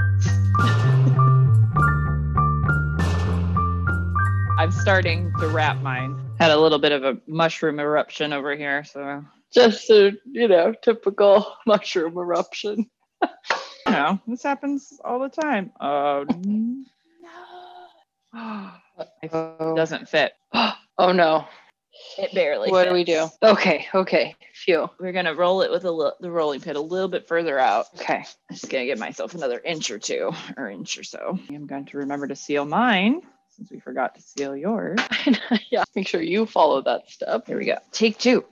S2: I'm starting to wrap mine. Had a little bit of a mushroom eruption over here, so
S1: Just a you know typical mushroom eruption.
S2: you know this happens all the time. Oh, it
S1: Oh,
S2: doesn't fit.
S1: oh no.
S2: It barely.
S1: what do we do? Okay. Okay. Phew.
S2: We're gonna roll it with a li- the rolling pin a little bit further out.
S1: Okay.
S2: I'm just gonna give myself another inch or two, or inch or so. I'm going to remember to seal mine since we forgot to seal yours.
S1: yeah. Make sure you follow that step.
S2: Here we go. Take two.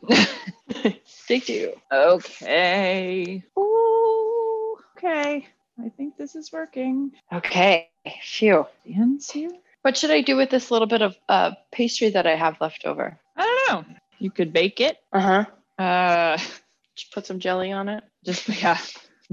S1: Thank you.
S2: Okay. Ooh, okay. I think this is working.
S1: Okay. Phew.
S2: The ends here?
S1: What should I do with this little bit of uh, pastry that I have left over?
S2: I don't know. You could bake it.
S1: Uh huh.
S2: Uh,
S1: Just put some jelly on it.
S2: just yeah.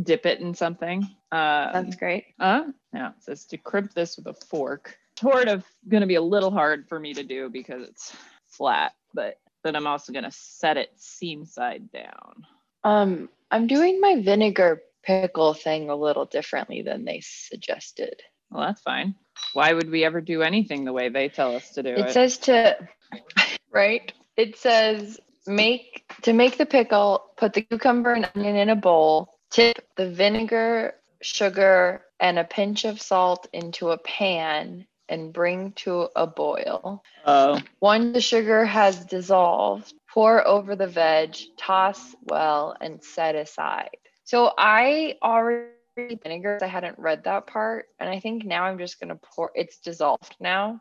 S2: dip it in something. Um,
S1: Sounds great.
S2: uh, yeah, it says to crimp this with a fork. Sort of going to be a little hard for me to do because it's flat, but then I'm also going to set it seam side down.
S1: Um, I'm doing my vinegar pickle thing a little differently than they suggested.
S2: Well, that's fine. Why would we ever do anything the way they tell us to do
S1: It
S2: it?
S1: says to, right? It says make to make the pickle. Put the cucumber and onion in a bowl. Tip the vinegar, sugar, and a pinch of salt into a pan and bring to a boil.
S2: oh,
S1: Once the sugar has dissolved, pour over the veg, toss well, and set aside. So I already vinegar. I hadn't read that part, and I think now I'm just gonna pour. It's dissolved now. So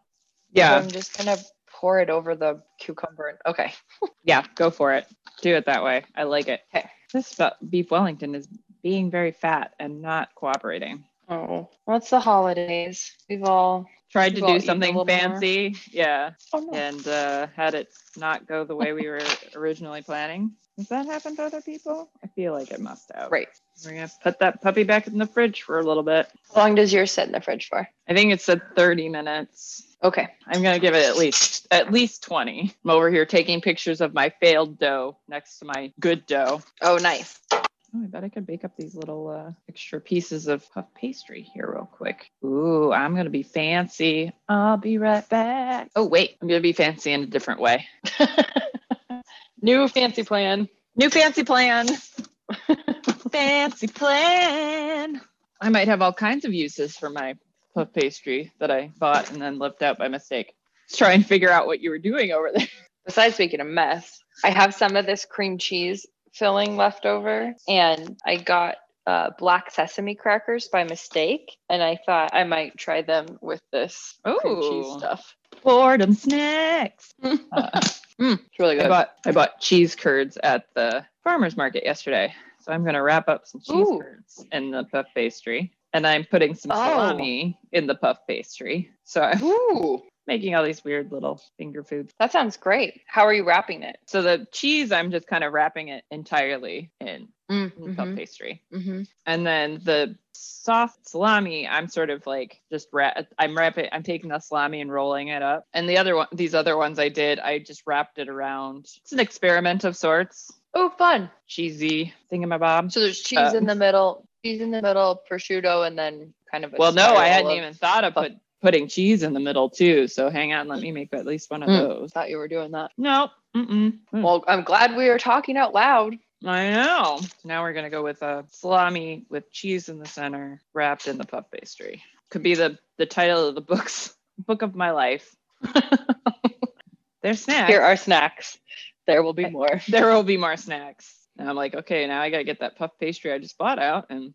S2: yeah.
S1: I'm just gonna pour it over the cucumber. and- Okay.
S2: Yeah, go for it. Do it that way. I like it.
S1: Okay.
S2: This fe- beef Wellington is being very fat and not cooperating.
S1: Oh, what's the holidays? We've all.
S2: Tried to
S1: Well,
S2: do
S1: eat a
S2: something
S1: little more.
S2: fancy. Yeah.
S1: Oh no.
S2: and uh, had it not go the way we were originally planning. Has that happened to other people? I feel like it must have.
S1: Right.
S2: We're gonna put that puppy back in the fridge for a little bit.
S1: How long does yours sit in the fridge for?
S2: I think it said 30 minutes.
S1: Okay.
S2: I'm gonna give it at least at least 20. I'm over here taking pictures of my failed dough next to my good dough.
S1: Oh, nice.
S2: Oh, I bet I could bake up these little uh, extra pieces of puff pastry here real quick. Ooh, I'm gonna be fancy. I'll be right back. Oh wait, I'm gonna be fancy in a different way.
S1: New fancy plan.
S2: New fancy plan. fancy plan. I might have all kinds of uses for my puff pastry that I bought and then left out by mistake. Let's try and figure out what you were doing over there.
S1: Besides making a mess, I have some of this cream cheese filling left over, and I got uh, black sesame crackers by mistake, and I thought I might try them with this cream
S2: Ooh.
S1: cheese stuff.
S2: Boredom snacks. Uh,
S1: It's really
S2: I
S1: good.
S2: bought I bought cheese curds at the farmers market yesterday, so I'm gonna wrap up some cheese
S1: Ooh.
S2: curds in the puff pastry, and I'm putting some
S1: Oh.
S2: salami in the puff pastry. So I'm
S1: Ooh,
S2: making all these weird little finger foods.
S1: that sounds great. How are you wrapping it?
S2: So the cheese, I'm just kind of wrapping it entirely in, in puff
S1: Mhm,
S2: pastry,
S1: mhm.
S2: and then the soft salami, I'm sort of like just wrap. I'm wrapping. I'm taking the salami and rolling it up. And the other one, these other ones I did, I just wrapped it around. It's an experiment of sorts.
S1: Oh, fun!
S2: cheesy thingamabobs.
S1: So there's cheese
S2: Uh,
S1: in the middle, cheese in the middle, prosciutto, and then kind of. A
S2: Well, no, I
S1: spiral
S2: hadn't
S1: of-
S2: even thought of put, putting cheese in the middle too. So hang on, let me make at least one of
S1: Mm.
S2: those.
S1: thought you were doing that.
S2: No, mm-mm. Mm.
S1: Well, I'm glad we are talking out loud.
S2: I know. Now we're gonna go with a salami with cheese in the center, wrapped in the puff pastry. Could be the the title of the books book of my life. There's snacks.
S1: Here are snacks. There will be more.
S2: there will be more snacks. And I'm like, okay, now I gotta get that puff pastry I just bought out and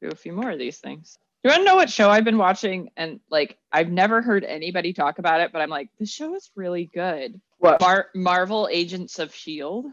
S2: do a few more of these things. You wanna know what show I've been watching? And like, I've never heard anybody talk about it, but I'm like, this show is really good.
S1: What?
S2: Mar- Marvel Agents of S.H.I.E.L.D.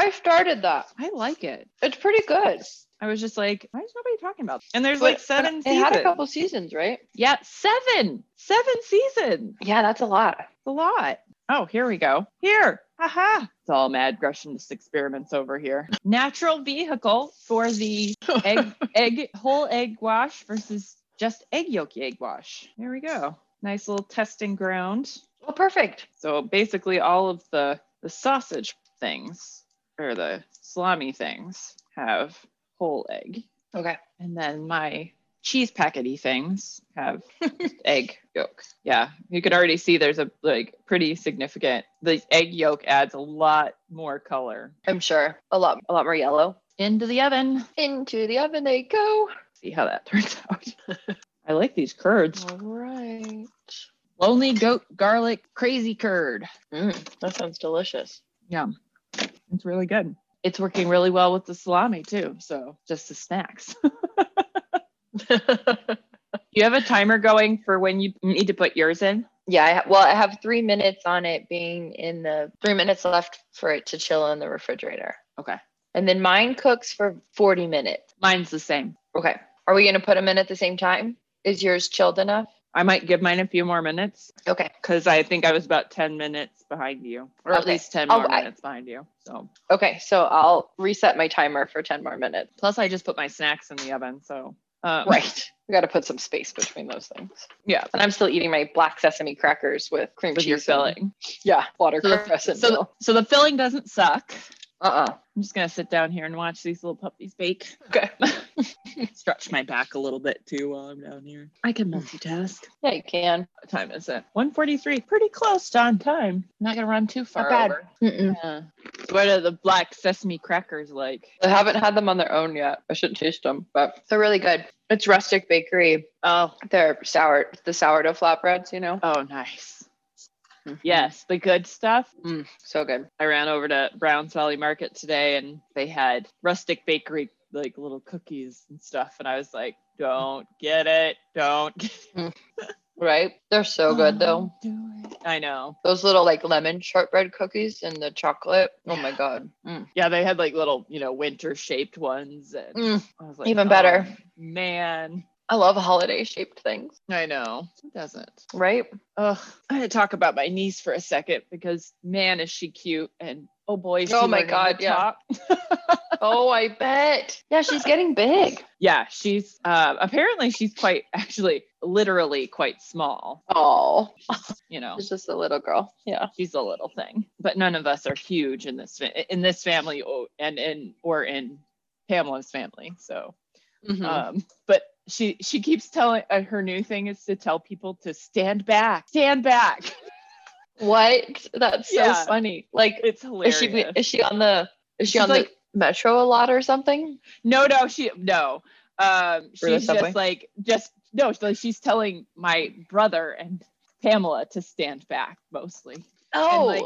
S1: I started that.
S2: E I like it.
S1: It's pretty good.
S2: I was just like, why is nobody talking about it? And there's like
S1: But-
S2: seven
S1: It
S2: seasons.
S1: had a couple seasons, right?
S2: yeah, seven. Seven seasons.
S1: Yeah, that's a lot.
S2: a lot. Oh, here we go. Here. Haha. It's all mad Gresham's experiments over here. Natural vehicle for the egg egg whole egg wash versus just egg yolk egg wash. There we go. Nice little testing ground.
S1: Well, perfect.
S2: So basically all of the the sausage things or the salami things have whole egg.
S1: Okay.
S2: And then my cheese packety things have egg yolk. Yeah, you can already see there's a like pretty significant. The egg yolk adds a lot more color
S1: I'm sure. A lot a lot more yellow.
S2: into the oven.
S1: Into the oven they go.
S2: See how that turns out. I like these curds.
S1: All right.
S2: Lonely goat garlic crazy curd.
S1: Mm, that sounds delicious.
S2: It's really good. It's working really well with the salami too. So just the snacks. you have a timer going for when you need to put yours in?
S1: yeah, I ha- well, I have three minutes on it being in the three minutes left for it to chill in the refrigerator.
S2: Okay.
S1: And then mine cooks for 40 minutes.
S2: Mine's the same.
S1: Okay. Are we going to put them in at the same time? Is yours chilled enough?
S2: I might give mine a few more minutes
S1: Okay.
S2: because I think I was about 10 minutes behind you, or at
S1: Okay.
S2: least 10
S1: Oh,
S2: more
S1: I-
S2: minutes behind you. So,
S1: Okay. So I'll reset my timer for 10 more minutes.
S2: plus, I just put my snacks in the oven. So, um,
S1: Right. We got to put some space between those things.
S2: Yeah.
S1: And I'm still eating my black sesame crackers with cream
S2: With
S1: cheese.
S2: your
S1: and-
S2: filling.
S1: Yeah.
S2: So the-
S1: Watercress and
S2: So, so the filling doesn't suck.
S1: uh-uh.
S2: I'm just gonna sit down here and watch these little puppies bake.
S1: Okay.
S2: Stretch my back a little bit too while I'm down here. I can multitask.
S1: Yeah, you can.
S2: What time is it? 1:43. Pretty close to on time. I'm not gonna run too far
S1: bad.
S2: over.
S1: Mm-mm.
S2: Yeah. So What are the black sesame crackers like?
S1: I haven't had them on their own yet. I should taste them, but they're really good. It's rustic bakery.
S2: Oh,
S1: They're sour, the sourdough flatbreads, you know?
S2: oh, nice. Yes, the good stuff.
S1: Mm, so good.
S2: I ran over to Brown's Valley Market today and they had rustic bakery like little cookies and stuff, and I was like, "Don't get it, don't." Get it.
S1: Right? They're so
S2: Mm-hmm.
S1: good though.
S2: Don't do it. I know.
S1: Those little like lemon shortbread cookies and the chocolate. Oh my God. Mm.
S2: Yeah, they had like little, you know, winter shaped ones. And
S1: Mm.
S2: I was like,
S1: Even better.
S2: "Oh, man.
S1: I love holiday shaped things,
S2: I know. Who doesn't?
S1: right?
S2: Ugh. I had to talk about my niece for a second because, man, is she cute. And oh boy, is she
S1: Oh, my
S2: learning to
S1: God, yeah.
S2: talk.
S1: oh, I bet. Yeah, she's getting big.
S2: Yeah, she's uh, apparently she's quite, actually, literally quite small.
S1: Oh,
S2: You know,
S1: she's just a little girl. Yeah.
S2: she's a little thing, but none of us are huge in this fa- in this family or and in or in Pamela's family. So
S1: Uh, Mm-hmm.
S2: Um, but she she keeps telling uh, her new thing is to tell people to stand back, stand back.
S1: what? That's so
S2: Yeah.
S1: funny. Like,
S2: It's hilarious.
S1: is she is she on the is she
S2: She's
S1: on
S2: like-
S1: the metro a lot or something?
S2: no, no, she no. Um,
S1: Or the
S2: she's
S1: subway?
S2: just like just no. She's, like, she's telling my brother and Pamela to stand back mostly.
S1: Oh,
S2: like,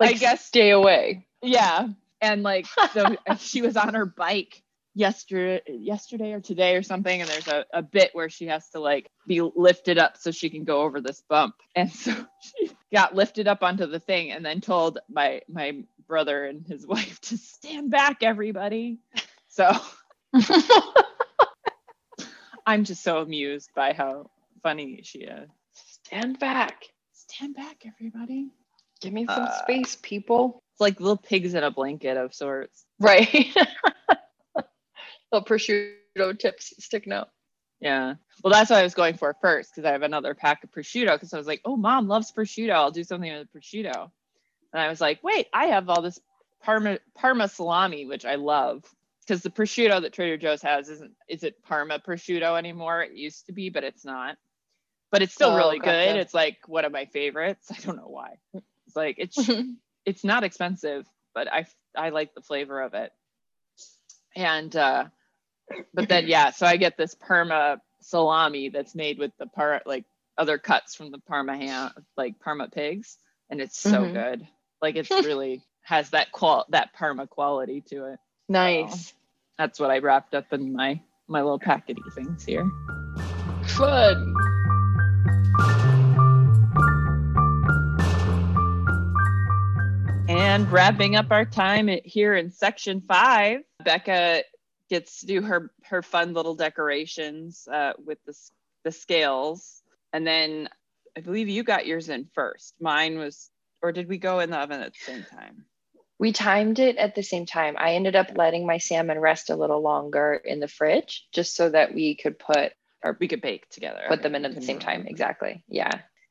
S1: like,
S2: I guess-
S1: stay away.
S2: Yeah, and like so she was on her bike yesterday yesterday or today or something and there's a, a bit where she has to like be lifted up so she can go over this bump and so she got lifted up onto the thing and then told my my brother and his wife to stand back everybody so i'm just so amused by how funny she is
S1: Stand back.
S2: stand back everybody
S1: Give me some
S2: Uh,
S1: space, people.
S2: it's like little pigs in a blanket of sorts
S1: Right. Little prosciutto tips sticking out.
S2: Yeah. Well, that's what I was going for first because I have another pack of prosciutto because I was like, oh, mom loves prosciutto. I'll do something with prosciutto. And I was like, wait, I have all this Parma Parma salami, which I love because the prosciutto that Trader Joe's has isn't is it Parma prosciutto anymore? It used to be, but it's not. But it's still
S1: Oh,
S2: really good.
S1: gotcha.
S2: It's like one of my favorites. I don't know why. It's like it's it's not expensive, but I I like the flavor of it. And uh but then yeah, so I get this Parma salami that's made with the par like other cuts from the Parma ham, like Parma pigs, and it's so
S1: Mhm.
S2: good. Like it's really has that qual that Parma quality to it.
S1: nice.
S2: That's what I wrapped up in my my little packety things here.
S1: Oh. Fun.
S2: And wrapping up our time at, here in section five, Becca gets to do her her fun little decorations uh, with the s- the scales, and then I believe you got yours in first. Mine was, or did we go in the oven at the same time?
S1: We timed it at the same time. I ended up letting my salmon rest a little longer in the fridge just so that we could put
S2: Or we could bake together.
S1: put them in at the same time. Exactly. Yeah.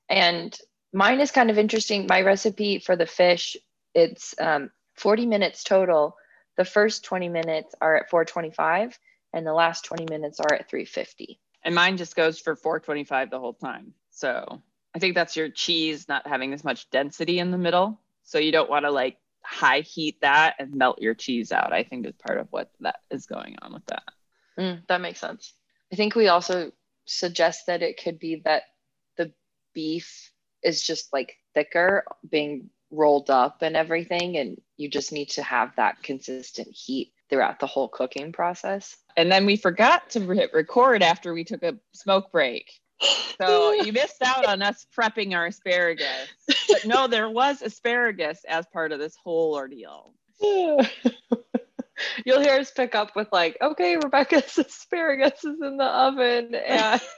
S1: And mine is kind of interesting. My recipe for the fish, it's um, 40 minutes total. The first 20 minutes are at 425 and the last 20 minutes are at 350.
S2: And mine just goes for 425 the whole time. So I think that's your cheese not having as much density in the middle. So you don't want to like high heat that and melt your cheese out. I think is part of what that is going on with that.
S1: Mm, that makes sense. I think we also suggest that it could be that the beef is just like thicker, being rolled up and everything. And you just need to have that consistent heat throughout the whole cooking process.
S2: And then we forgot to hit record after we took a smoke break. So you missed out on us prepping our asparagus. But no, there was asparagus as part of this whole ordeal.
S1: You'll hear us pick up with like, okay, Rebecca's asparagus is in the oven and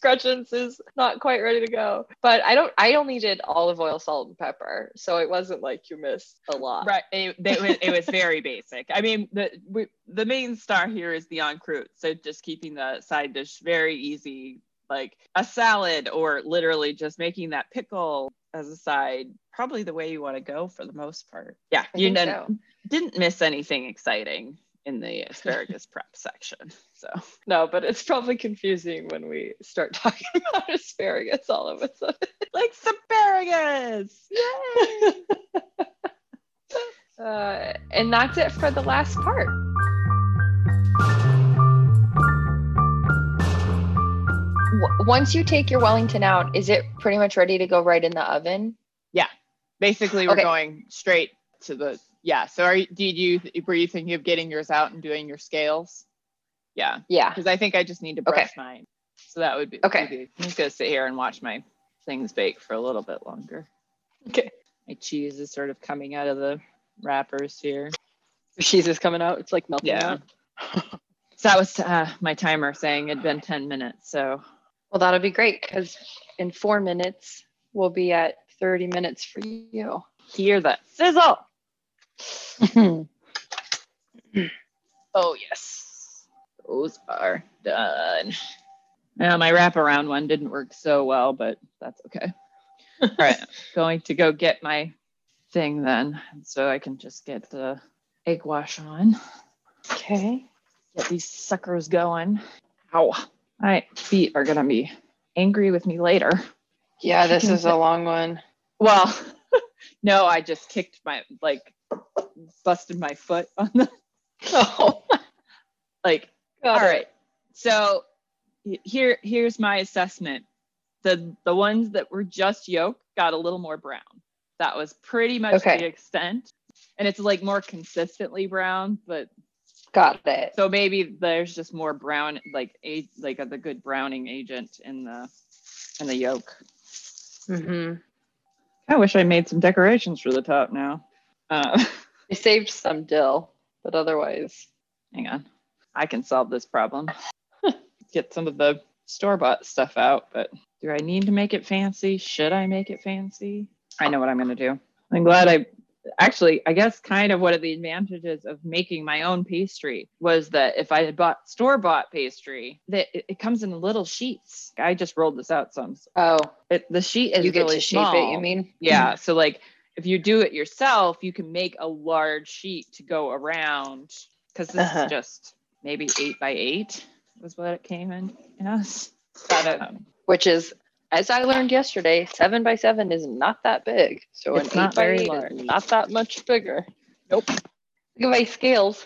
S1: Gretchen's is not quite ready to go. But I don't. I only did olive oil, salt, and pepper, so it wasn't like you missed a lot.
S2: Right. It, it, was, it was very basic. I mean, the we, the main star here is the encroute. So just keeping the side dish very easy, like a salad, or literally just making that pickle as a side. Probably the way you want to go for the most part. Yeah,
S1: I
S2: you
S1: think
S2: didn't,
S1: so.
S2: didn't miss anything exciting in the asparagus prep section. So
S1: No, but it's probably confusing when we start talking about asparagus all of a sudden.
S2: like asparagus. Yay!
S1: Uh, and that's it for the last part. W- once you take your Wellington out, is it pretty much ready to go right in the oven?
S2: Basically, we're
S1: Okay.
S2: going straight to the yeah. So are you, did you were you thinking of getting yours out and doing your scales? Yeah,
S1: Yeah.
S2: because I think I just need to
S1: Okay.
S2: brush mine. So that would be
S1: Okay.
S2: would be- I'm just gonna sit here and watch my things bake for a little bit longer.
S1: Okay.
S2: My cheese is sort of coming out of the wrappers here.
S1: Cheese is coming out. It's like melting
S2: Yeah. So that was uh, my timer saying it'd been 10 minutes. So
S1: Well, that'll be great because in four minutes, we'll be at 30 minutes for you.
S2: hear that sizzle. Oh yes. Those are done. Now my wraparound one didn't work so well, but that's okay. All right. Going to go get my thing then. So I can just get the egg wash on.
S1: okay.
S2: Get these suckers going. Ow. My feet are gonna be angry with me later.
S1: Yeah, this is a long one.
S2: Well, no, I just kicked my like busted my foot on the
S1: Oh,
S2: like
S1: All
S2: All
S1: right.
S2: right. So y- here here's my assessment. The the ones that were just yolk got a little more brown. That was pretty much
S1: Okay.
S2: the extent. And it's like more consistently brown, but
S1: Got it.
S2: so maybe there's just more brown like a like the good browning agent in the in the yolk.
S1: Mm-hmm.
S2: I wish I made some decorations for the top now. Uh,
S1: I saved some dill, but otherwise,
S2: hang on. I can solve this problem. Get some of the store bought stuff out, but do I need to make it fancy? Should I make it fancy? I know what I'm going to do. I'm glad I actually, I guess, kind of one of the advantages of making my own pastry was that if I had bought store bought pastry, that it, it comes in little sheets. I just rolled this out some.
S1: oh,
S2: It, the sheet is
S1: you get
S2: really
S1: to shape
S2: small.
S1: it. You mean?
S2: Yeah. So like if you do it yourself, you can make a large sheet to go around because this
S1: Uh-huh.
S2: is just maybe eight by eight was what it came in as.
S1: Got it.
S2: Um,
S1: Which is, as I learned yesterday, seven by seven is not that big. So
S2: It's
S1: an
S2: not
S1: eight by
S2: very
S1: eight
S2: large.
S1: is not that much bigger.
S2: Nope.
S1: Look at my scales.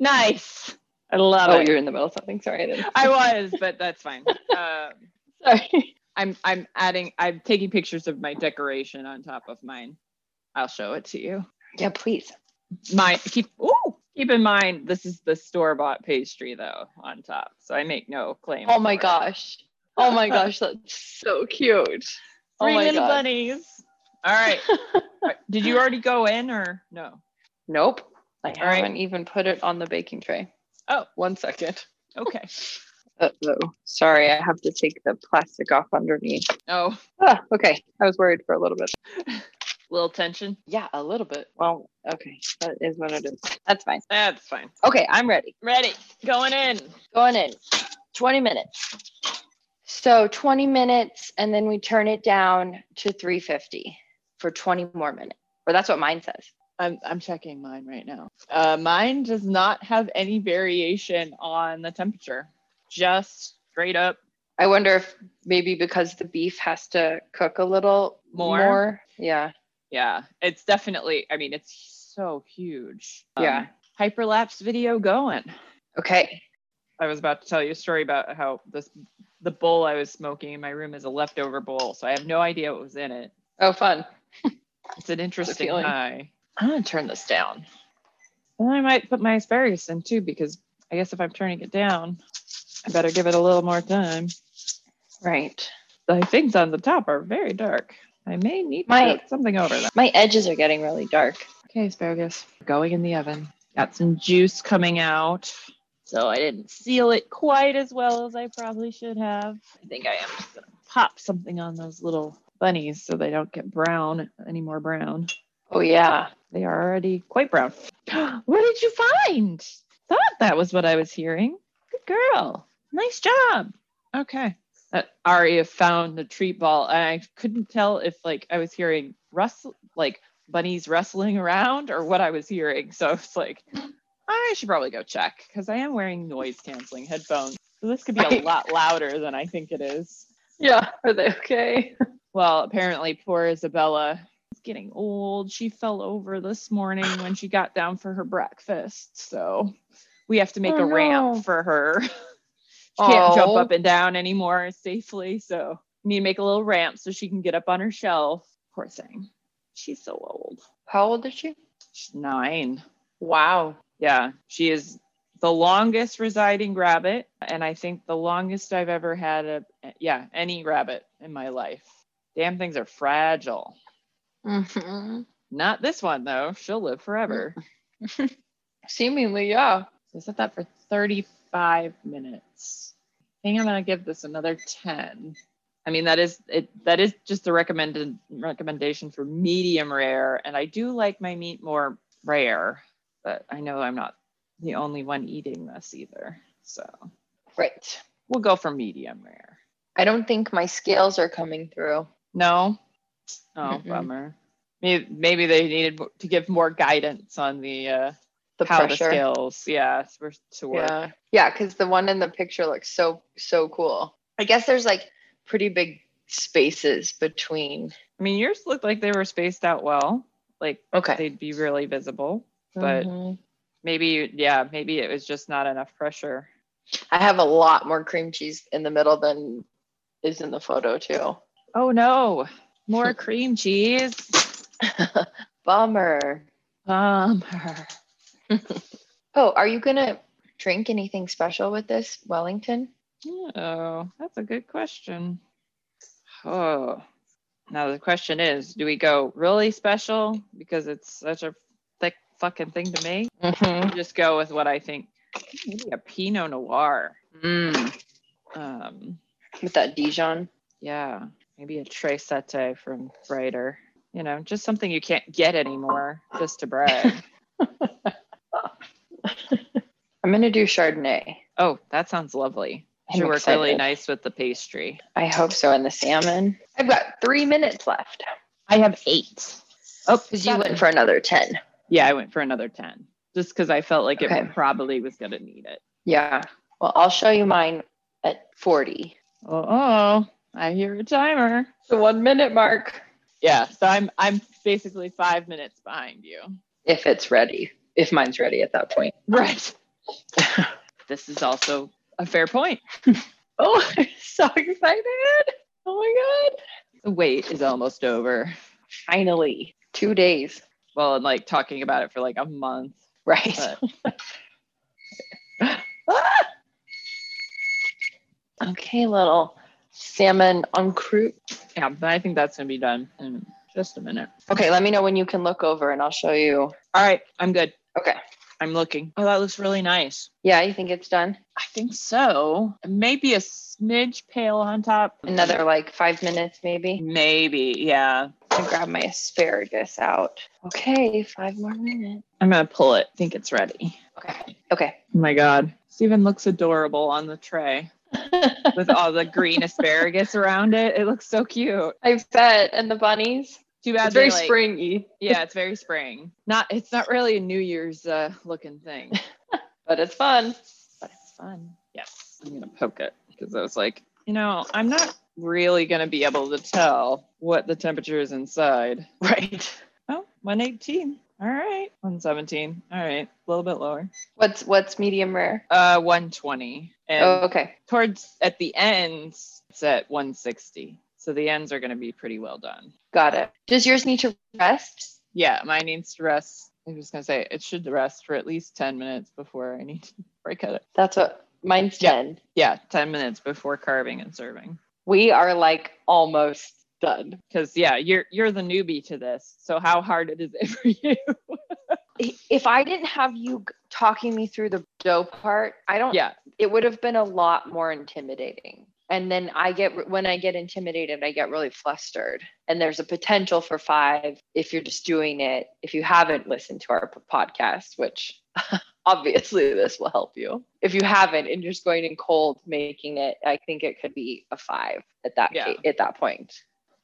S2: nice. I love
S1: Oh,
S2: it.
S1: you're in the middle of something. Sorry, I didn't.
S2: I was, but that's fine. Um,
S1: Sorry.
S2: I'm I'm adding. I'm taking pictures of my decoration on top of mine. I'll show it to you.
S1: Yeah, please.
S2: my keep ooh, keep in mind this is the store bought pastry though on top so i make no claim
S1: Oh my
S2: for it.
S1: gosh. Oh my gosh, that's so cute. Oh
S2: Three
S1: my
S2: little
S1: God.
S2: bunnies all right All right. did you already go in or no
S1: Nope. I
S2: right.
S1: haven't even put it on the baking tray.
S2: Oh.
S1: One second.
S2: okay
S1: Uh-oh. Sorry, I have to take the plastic off underneath.
S2: oh
S1: Ah, okay. I was worried for a little bit.
S2: little tension
S1: Yeah, a little bit. Well, okay. That is what it is. That's fine.
S2: that's fine
S1: Okay, I'm ready.
S2: ready going in
S1: Going in. 20 minutes. So 20 minutes, and then we turn it down to 350 for 20 more minutes. Or that's what mine says.
S2: i'm, I'm checking mine right now uh, mine does not have any variation on the temperature just straight up
S1: I wonder if maybe because the beef has to cook a little
S2: More?
S1: Yeah.
S2: yeah it's definitely i mean it's so huge Um,
S1: Yeah.
S2: hyperlapse video going
S1: Okay.
S2: I was about to tell you a story about how this the bowl I was smoking in my room is a leftover bowl, so I have no idea what was in it.
S1: Oh, fun.
S2: It's an interesting
S1: feeling.
S2: high. I'm gonna turn this down. And I might put my asparagus in too, because I guess if I'm turning it down, I better give it a little more time.
S1: Right.
S2: The things on the top are very dark. I may need to
S1: Might.
S2: put something over them.
S1: My edges are getting really dark.
S2: Okay, asparagus going in the oven. Got some juice coming out. so I didn't seal it quite as well as I probably should have. I think I am just gonna pop something on those little bunnies so they don't get brown any more brown.
S1: Oh yeah.
S2: They are already quite brown. what did you find? Thought that was what I was hearing. Good girl. Nice job. Okay. Uh, Aria found the treat ball, and I couldn't tell if like I was hearing rustle, like bunnies rustling around, or what I was hearing. So it's like, I should probably go check because I am wearing noise canceling headphones. So this could be a
S1: Right.
S2: lot louder than I think it is.
S1: Yeah. Are they okay?
S2: Well, apparently, poor Isabella is getting old. She fell over this morning when she got down for her breakfast. So we have to make
S1: Oh,
S2: a
S1: no.
S2: ramp for her. she can't jump
S1: Oh.
S2: up and down anymore safely. So we need to make a little ramp so she can get up on her shelf. Poor thing. She's so old.
S1: How old is she?
S2: She's nine.
S1: Wow.
S2: Yeah, she is the longest residing rabbit, and I think the longest I've ever had a yeah any rabbit in my life. Damn things are fragile.
S1: hmm
S2: Not this one though. She'll live forever.
S1: Mm. Seemingly, yeah.
S2: So I set that for 35 minutes. I think I'm gonna give this another 10. I mean that is it. That is just the recommended recommendation for medium rare, and I do like my meat more rare, but I know I'm not the only one eating this either. So.
S1: Right.
S2: we'll go for medium rare.
S1: I don't think my scales are coming through.
S2: No. Oh,
S1: Mm-mm.
S2: bummer. Maybe, maybe they needed mo- to give more guidance on the uh
S1: The
S2: how
S1: pressure.
S2: the scales, yeah, were to work.
S1: Yeah. Yeah, because the one in the picture looks so so cool. I guess there's like pretty big spaces between.
S2: I mean, yours looked like they were spaced out well, like
S1: Okay.
S2: they'd be really visible. But
S1: Mm-hmm.
S2: maybe, yeah, maybe it was just not enough pressure.
S1: I have a lot more cream cheese in the middle than is in the photo too.
S2: Oh no, more cream cheese.
S1: Bummer.
S2: Bummer.
S1: Oh, are you gonna drink anything special with this Wellington?
S2: Oh, that's a good question. Oh, now the question is do we go really special because it's such a thick fucking thing to make?
S1: Mm-hmm.
S2: Or Just go with what I think maybe a Pinot Noir. Um,
S1: Mm. With that Dijon.
S2: yeah, maybe a Tre Sete from Brighter. You know, just something you can't get anymore just to brag.
S1: I'm gonna do Chardonnay.
S2: oh, that sounds lovely.
S1: I'm
S2: Should work really
S1: excited.
S2: nice with the pastry.
S1: I hope so. And the salmon. I've got three minutes left
S2: I have eight. Oh,
S1: because you went for another ten.
S2: Yeah, I went for another 10 just because I felt like
S1: Okay.
S2: it probably was going to need it.
S1: Yeah. Well, I'll show you mine at 40.
S2: Oh, oh, I hear a timer.
S1: The one minute mark.
S2: Yeah, so I'm I'm basically five minutes behind you.
S1: If it's ready, if mine's ready at that point.
S2: Right. this is also a fair point.
S1: Oh, I'm so excited. Oh my God.
S2: The wait is almost over.
S1: Finally, two days.
S2: Well, and like talking about it for like a month.
S1: Right.
S2: But
S1: okay, little salmon on croute.
S2: yeah, but I think that's gonna be done in just a minute.
S1: Okay, let me know when you can look over and I'll show you.
S2: All right, I'm good.
S1: Okay.
S2: I'm looking. Oh, that looks really nice.
S1: Yeah, you think it's done?
S2: I think so. Maybe a smidge pale on top.
S1: Another like five minutes, maybe.
S2: Maybe, yeah.
S1: I grab my asparagus out. Okay, five more minutes.
S2: I'm gonna pull it. think it's ready.
S1: Okay. Okay.
S2: Oh my god. Steven looks adorable on the tray with all the green asparagus around it. It looks so cute.
S1: I bet. And the bunnies?
S2: Too bad
S1: it's very
S2: they, like-
S1: springy,
S2: Yeah, it's very spring. Not it's not really a New Year's uh, looking thing.
S1: but it's fun.
S2: but it's fun. Yes. I'm going to poke it because I was like, you know, I'm not really going to be able to tell what the temperature is inside. Right. Oh, 118. All right. 117. All right. A little bit lower.
S1: What's what's medium rare?
S2: Uh, 120. And
S1: Oh, okay.
S2: towards at the ends, it's at 160. So the ends are going to be pretty well done.
S1: Got it. Does yours need to rest?
S2: Yeah. Mine needs to rest. I was going to say it should rest for at least 10 minutes before I need to break it.
S1: That's what mine's
S2: Yeah.
S1: done.
S2: Yeah. 10 minutes before carving and serving.
S1: We are like almost done.
S2: because yeah you're you're the newbie to this so how hard it is it for you
S1: If I didn't have you g- talking me through the dough part, I don't
S2: Yeah.
S1: it would have been a lot more intimidating. And then I get when I get intimidated, I get really flustered. And there's a potential for five if you're just doing it, if you haven't listened to our p- podcast, which obviously this will help you. If you haven't and you're just going in cold making it, I think it could be a five at that
S4: Yeah.
S1: ca- at that point.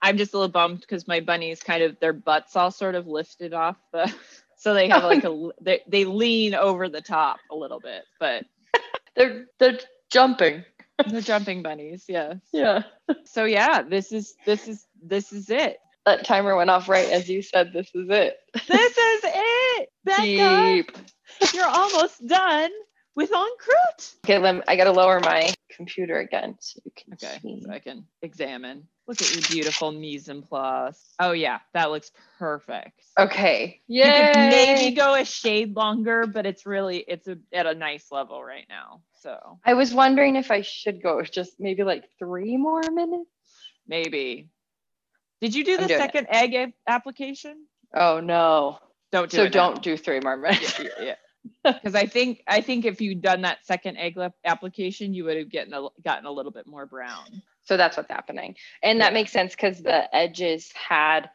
S2: I'm just a little bummed because my bunnies kind of their butts all sort of lifted off the, so they have like a they, they lean over the top a little bit, but
S1: They're they're jumping.
S2: they're jumping bunnies, yes.
S1: Yeah.
S2: So yeah, this is this is this is it.
S1: That timer went off right as you said this is it.
S2: This is it, Becca.
S1: Deep.
S2: You're almost done with on Crute.
S1: Okay, let me, I gotta lower my computer again so you can
S2: Okay,
S1: see.
S2: so I can examine. Look at your beautiful mise en place. Oh yeah, that looks perfect.
S1: Okay.
S2: You could maybe
S1: Yay.
S2: go a shade longer, but it's really it's a, at a nice level right now. So
S1: I was wondering if I should go just maybe like three more minutes.
S2: maybe. Did you do
S1: I'm
S2: the
S1: doing it.
S2: second egg a- application?
S1: Oh no.
S2: Don't do
S1: so
S2: it. now.
S1: don't do three more minutes.
S2: yeah, yeah. Because I think I think if you'd done that second egg lap- application, you would have gotten a, gotten a little bit more brown.
S1: So that's what's happening. And that makes sense because the edges had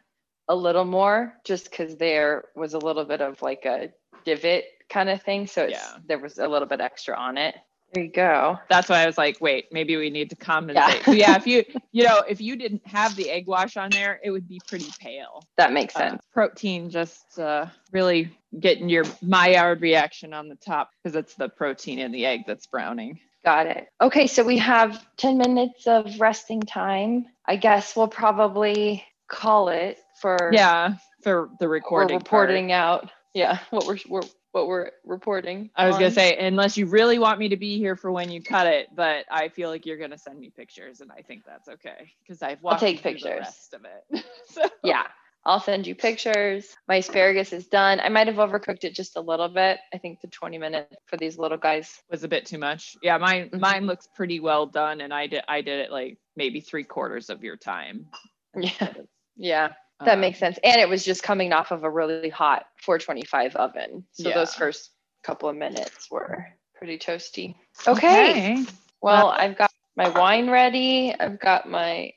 S1: a little more just because there was a little bit of like a divot kind of thing. So it's,
S2: Yeah.
S1: there was a little bit extra on it. There you go.
S2: That's why I was like, wait, maybe we need to compensate. Yeah. So yeah, if you you know if you didn't have the egg wash on there, it would be pretty pale.
S1: That makes
S2: Uh,
S1: sense.
S2: protein just uh, really getting your Maillard reaction on the top because it's the protein in the egg that's browning.
S1: Got it. Okay, so we have 10 minutes of resting time. I guess we'll probably call it for
S2: Yeah, for the
S1: we're
S2: recording. part.
S1: reporting out. Yeah, what we're, we're what we're reporting.
S2: I was gonna
S1: on.
S2: say unless you really want me to be here for when you cut it, but I feel like you're gonna send me pictures, and I think that's okay because I've walked
S1: take
S2: you through the
S1: pictures.
S2: rest of it. so,
S1: yeah. I'll send you pictures. My asparagus is done. I might have overcooked it just a little bit. I think the 20 minute for these little guys.
S2: was a bit too much. Yeah, mine
S1: Mhm.
S2: mine looks pretty well done, and I did I did it like maybe three quarters of your time.
S1: Yeah. Yeah. That
S2: Um,
S1: makes sense. And it was just coming off of a really hot 425 oven. So
S2: Yeah.
S1: those first couple of minutes were pretty toasty.
S2: Um,
S1: okay. Well, I've got my wine ready. I've got my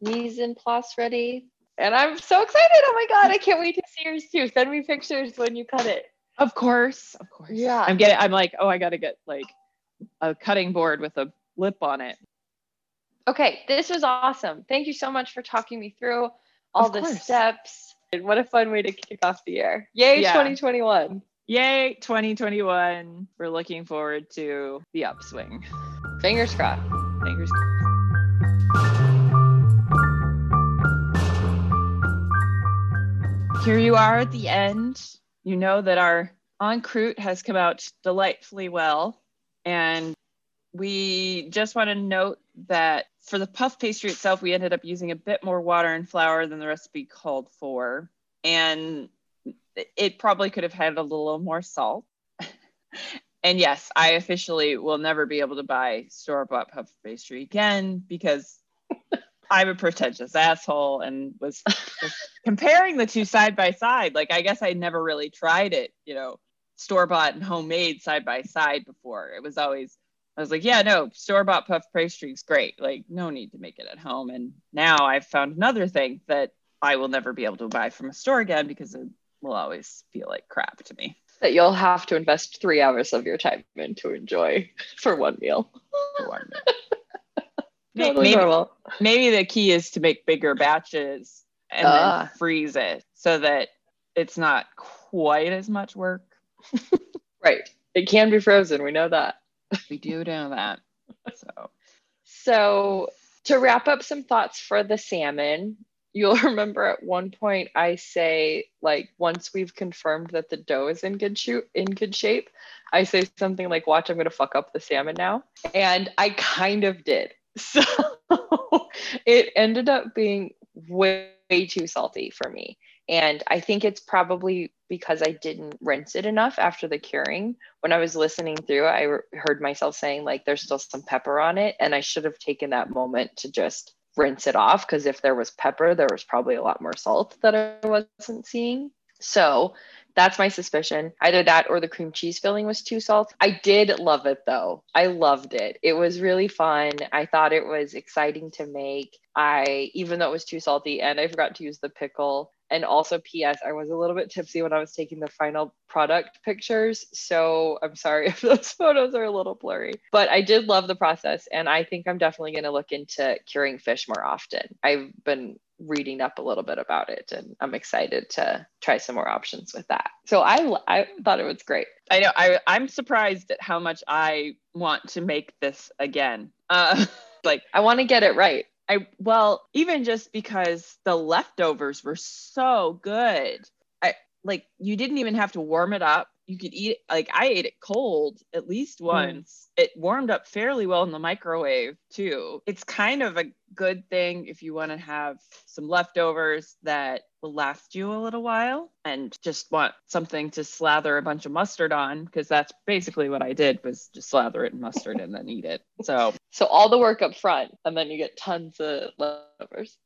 S1: mise en place ready. And I'm so excited. Oh my God. I can't wait to see yours too. Send me pictures when you cut it.
S2: Of course, of course.
S1: Yeah.
S2: I'm getting. I'm like, oh, I gotta get like a cutting board with a lip on it.
S1: Okay. This was awesome. Thank you so much for talking me through all
S2: Of
S1: the
S2: course.
S1: steps. And what a fun way to kick off the year. Yay,
S2: Yeah.
S1: 2021.
S2: Yay, 2021. We're looking forward to the upswing.
S1: Fingers crossed.
S2: Fingers Here you are at the end. You know that our en croûte has come out delightfully well. And we just want to note that for the puff pastry itself, we ended up using a bit more water and flour than the recipe called for. And it probably could have had a little more salt. And yes, I officially will never be able to buy store bought puff pastry again because I'm a pretentious asshole and was just comparing the two side by side. Like, I guess I never really tried it, you know, store bought and homemade side by side before. It was always, I was like, yeah, no, store bought puff pastry is great. Like, no need to make it at home. And now I've found another thing that I will never be able to buy from a store again because it will always feel like crap to me.
S1: That you'll have to invest three hours of your time in to enjoy for one meal.
S2: for one meal. May-
S1: Totally
S2: maybe,
S1: normal.
S2: maybe the key is to make bigger batches and
S1: Ah.
S2: then freeze it so that it's not quite as much work.
S1: Right. It can be frozen. We know that.
S2: We do know that. So
S1: So, to wrap up some thoughts for the salmon, you'll remember at one point I say like once we've confirmed that the dough is in good shoot in good shape, I say something like watch I'm going to fuck up the salmon now, and I kind of did. So, it ended up being way, way too salty for me. And I think it's probably because I didn't rinse it enough after the curing when I was listening through, I re- heard myself saying like there's still some pepper on it, and I should have taken that moment to just rinse it off because if there was pepper, there was probably a lot more salt that I wasn't seeing. So that's my suspicion. Either that or the cream cheese filling was too salty. I did love it though. I loved it. It was really fun. I thought it was exciting to make. I, even though it was too salty, and I forgot to use the pickle. And also, P.S., I was a little bit tipsy when I was taking the final product pictures. So I'm sorry if those photos are a little blurry, but I did love the process. And I think I'm definitely going to look into curing fish more often. I've been reading up a little bit about it and I'm excited to try some more options with that. So I, I thought it was great.
S2: I know I, I'm surprised at how much I want to make this again. Uh, like,
S1: I want to get it right.
S2: I well, even just because the leftovers were so good. I like you didn't even have to warm it up. You could eat it, like I ate it cold at least once. It warmed up fairly well in the microwave too. It's kind of a good thing if you want to have some leftovers that will last you a little while and just want something to slather a bunch of mustard on because that's basically what I did was just slather it in mustard and then eat it. So
S1: So all the work up front, and then you get tons of leftovers.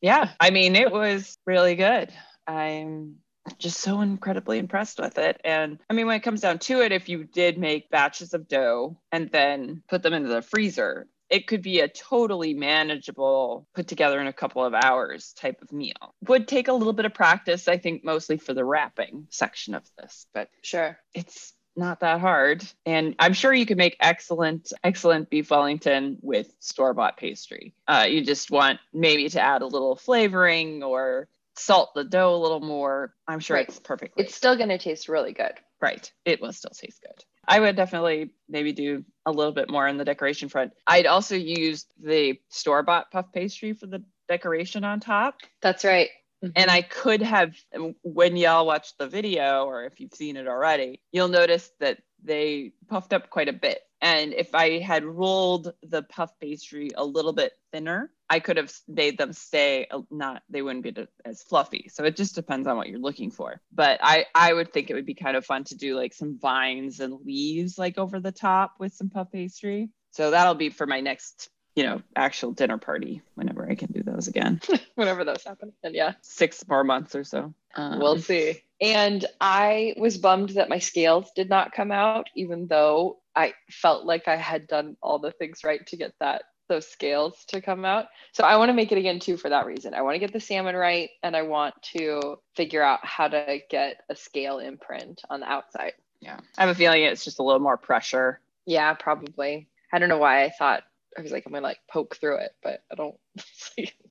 S2: yeah i mean it was really good i'm just so incredibly impressed with it and i mean when it comes down to it if you did make batches of dough and then put them into the freezer it could be a totally manageable put together in a couple of hours type of meal would take a little bit of practice i think mostly for the wrapping section of this but
S1: Sure.
S2: it's not that hard and i'm sure you can make excellent excellent beef wellington with store bought pastry uh, you just want maybe to add a little flavoring or salt the dough a little more i'm sure
S1: Right.
S2: it's perfectly
S1: It's still going to taste really good.
S2: right it will still taste good i would definitely maybe do a little bit more on the decoration front i'd also use the store bought puff pastry for the decoration on top
S1: That's right.
S2: and I could have, when y'all watch the video, or if you've seen it already, you'll notice that they puffed up quite a bit. And if I had rolled the puff pastry a little bit thinner, I could have made them stay a- not, they wouldn't be as fluffy. So it just depends on what you're looking for. But I, I would think it would be kind of fun to do like some vines and leaves like over the top with some puff pastry. So that'll be for my next, you know, actual dinner party whenever I can do those again
S1: Whenever those happen. And yeah,
S2: six more months or so. Um,
S1: we'll see. And I was bummed that my scales did not come out, even though I felt like I had done all the things right to get that those scales to come out. So I want to make it again too for that reason. I want to get the salmon right and I want to figure out how to get a scale imprint on the outside.
S2: yeah, I have a feeling it's just a little more pressure.
S1: Yeah, probably. I don't know why I thought I was like, I'm gonna like poke through it, but I don't.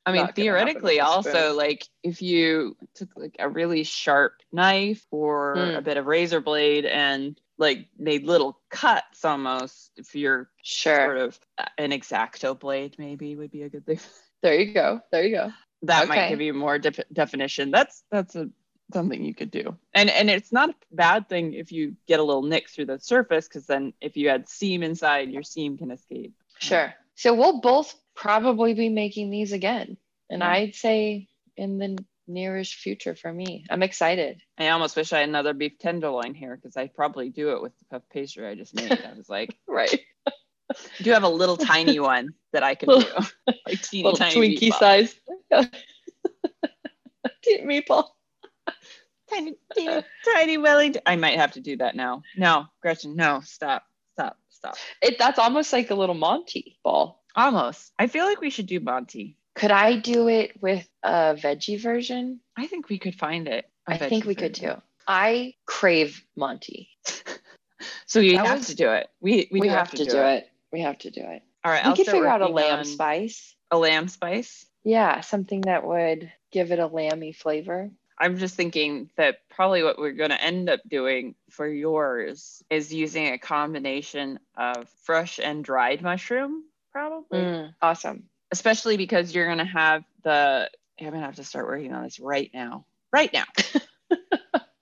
S2: I mean,
S1: Not gonna happen
S2: theoretically,
S1: with a
S2: also
S1: spoon.
S2: like if you took like a really sharp knife or
S1: Hmm.
S2: a bit of razor blade and like made little cuts almost, if you're
S1: sure.
S2: sort of uh, an exacto blade, maybe would be a good thing.
S1: There you go. There you go.
S2: that might
S1: Okay.
S2: give you more de- definition. That's that's a something you could do, and and it's not a bad thing if you get a little nick through the surface, because then if you had seam inside, your seam can escape.
S1: Sure. So we'll both probably be making these again. And
S2: Yeah.
S1: I'd say in the nearest future for me. I'm excited.
S2: I almost wish I had another beef tenderloin here because I probably do it with the puff pastry I just made. I was like,
S1: Right.
S2: I do have a little tiny one that I could do,
S1: Little-
S2: like teeny
S1: Little
S2: tiny
S1: Twinkie
S2: meatball.
S1: size. Meatball.
S2: tiny, teeny, tiny Wellington. I might have to do that now. No, Gretchen, no, stop, stop, stop.
S1: It that's almost like a little Monty ball.
S2: Almost. I feel like we should do Monty.
S1: Could I do it with a veggie version?
S2: I think we could find it. I
S1: I think we could too. I crave Monty.
S2: So we
S1: That
S2: have
S1: was-
S2: to do it. We we,
S1: We,
S2: do
S1: have, to, do, it. We have to do it.
S2: All right.
S1: we
S2: I'll
S1: could
S2: start
S1: figure out a
S2: working
S1: lamb
S2: on
S1: spice.
S2: A lamb spice.
S1: Yeah, something that would give it a lamby flavor.
S2: I'm just thinking that probably what we're going to end up doing for yours is using a combination of fresh and dried mushroom, probably.
S1: Mm. Awesome.
S2: Especially because you're going to have the. I'm going to have to start working on this right now. Right now.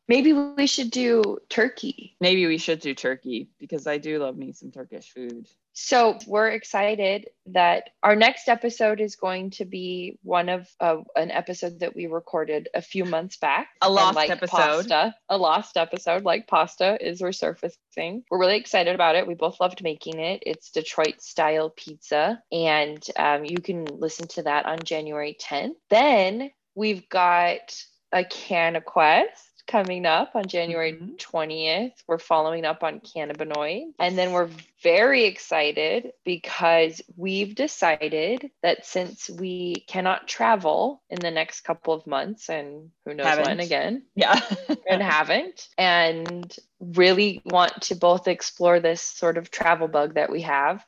S1: Maybe we should do turkey.
S2: Maybe we should do turkey because I do love me some Turkish food.
S1: So we're excited that our next episode is going to be one of uh, an episode that we recorded a few months back.
S2: A
S1: And
S2: lost
S1: like
S2: episode.
S1: Pasta, a lost episode, like pasta, is resurfacing. We're really excited about it. We both loved making it. It's Detroit style pizza, and um, you can listen to that on January 10th. Then we've got a Canna Quest coming up on January
S2: Mm-hmm.
S3: Mhm.
S1: 20th. We're following up on cannabinoid. And then we're very excited because we've decided that since we cannot travel in the next couple of months and who knows when
S2: Haven't.
S1: again,
S2: Yeah.
S1: and haven't and really want to both explore this sort of travel bug that we have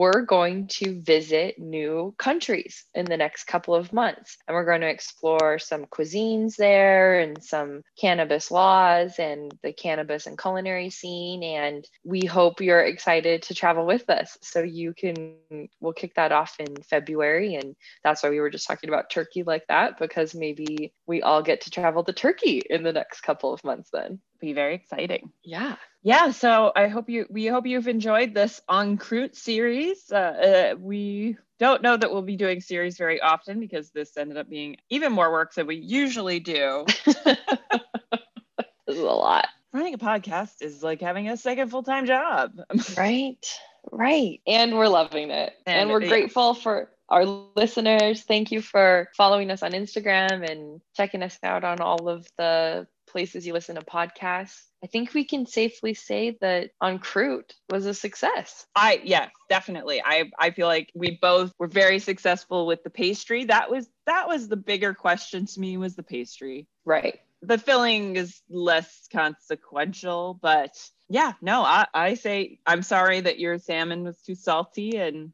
S1: we're going to visit new countries in the next couple of months and we're going to explore some cuisines there and some cannabis laws and the cannabis and culinary scene and we hope you're excited to travel with us so you can we'll kick that off in february and that's why we were just talking about Turkey like that because maybe we all get to travel to Turkey in the next couple of months then.
S2: Be very exciting.
S1: Yeah.
S2: yeah so i hope you we hope you've enjoyed this on crute series uh, uh, we don't know that we'll be doing series very often because this ended up being even more work than we usually do
S1: This is a lot.
S2: running a podcast is like having a second full-time job
S1: Right. Right. And we're loving it. And,
S2: And-
S1: we're
S2: yeah.
S1: grateful for our listeners. Thank you for following us on Instagram and checking us out on all of the places you listen to podcasts. I think we can safely say that on Crute was a success.
S2: i yes definitely i i feel like we both were very successful with the pastry that was that was the bigger question to me was the pastry
S1: Right.
S2: the filling is less consequential, but yeah, no, I, I say I'm sorry that your salmon was too salty and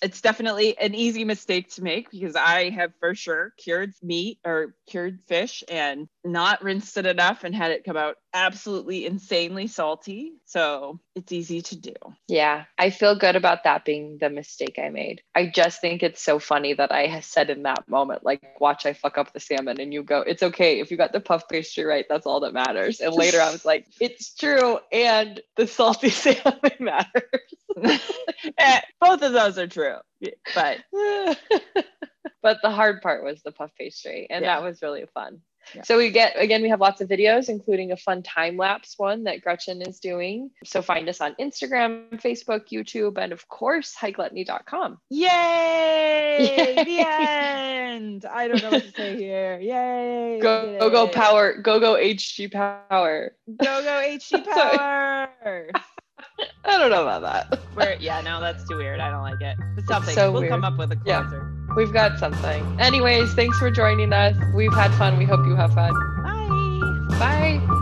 S2: it's definitely an easy mistake to make because I have for sure cured meat or cured fish and not rinsed it enough and had it come out absolutely insanely salty. So it's easy to do.
S1: Yeah, I feel good about that being the mistake I made. I just think it's so funny that I ha- said in that moment, like, watch, I fuck up the salmon. And you go, it's okay. If you got the puff pastry right, that's all that matters. And later I was like, it's true. And the salty salmon matters.
S2: Eh, Both of those are true, but
S1: but the hard part was the puff pastry. And
S2: Yeah.
S1: that was really fun.
S2: Yeah.
S1: So we get again we have lots of videos including a fun time lapse one that Gretchen is doing. So find us on Instagram, Facebook, YouTube and of course highgluttony.com.
S2: Yay!
S1: Yay.
S2: The end. I don't know what to say here. Yay!
S1: go go, go power go go hg power
S2: Go go HG
S1: Sorry.
S2: power.
S1: i don't know about that
S2: Where? Yeah, no, that's too weird. I don't like it. It's something.
S1: so
S2: we'll come
S1: weird.
S2: up with a
S1: Yeah.
S2: closer.
S1: we've got something anyways thanks for joining us we've had fun we hope you have fun
S2: Bye.
S1: bye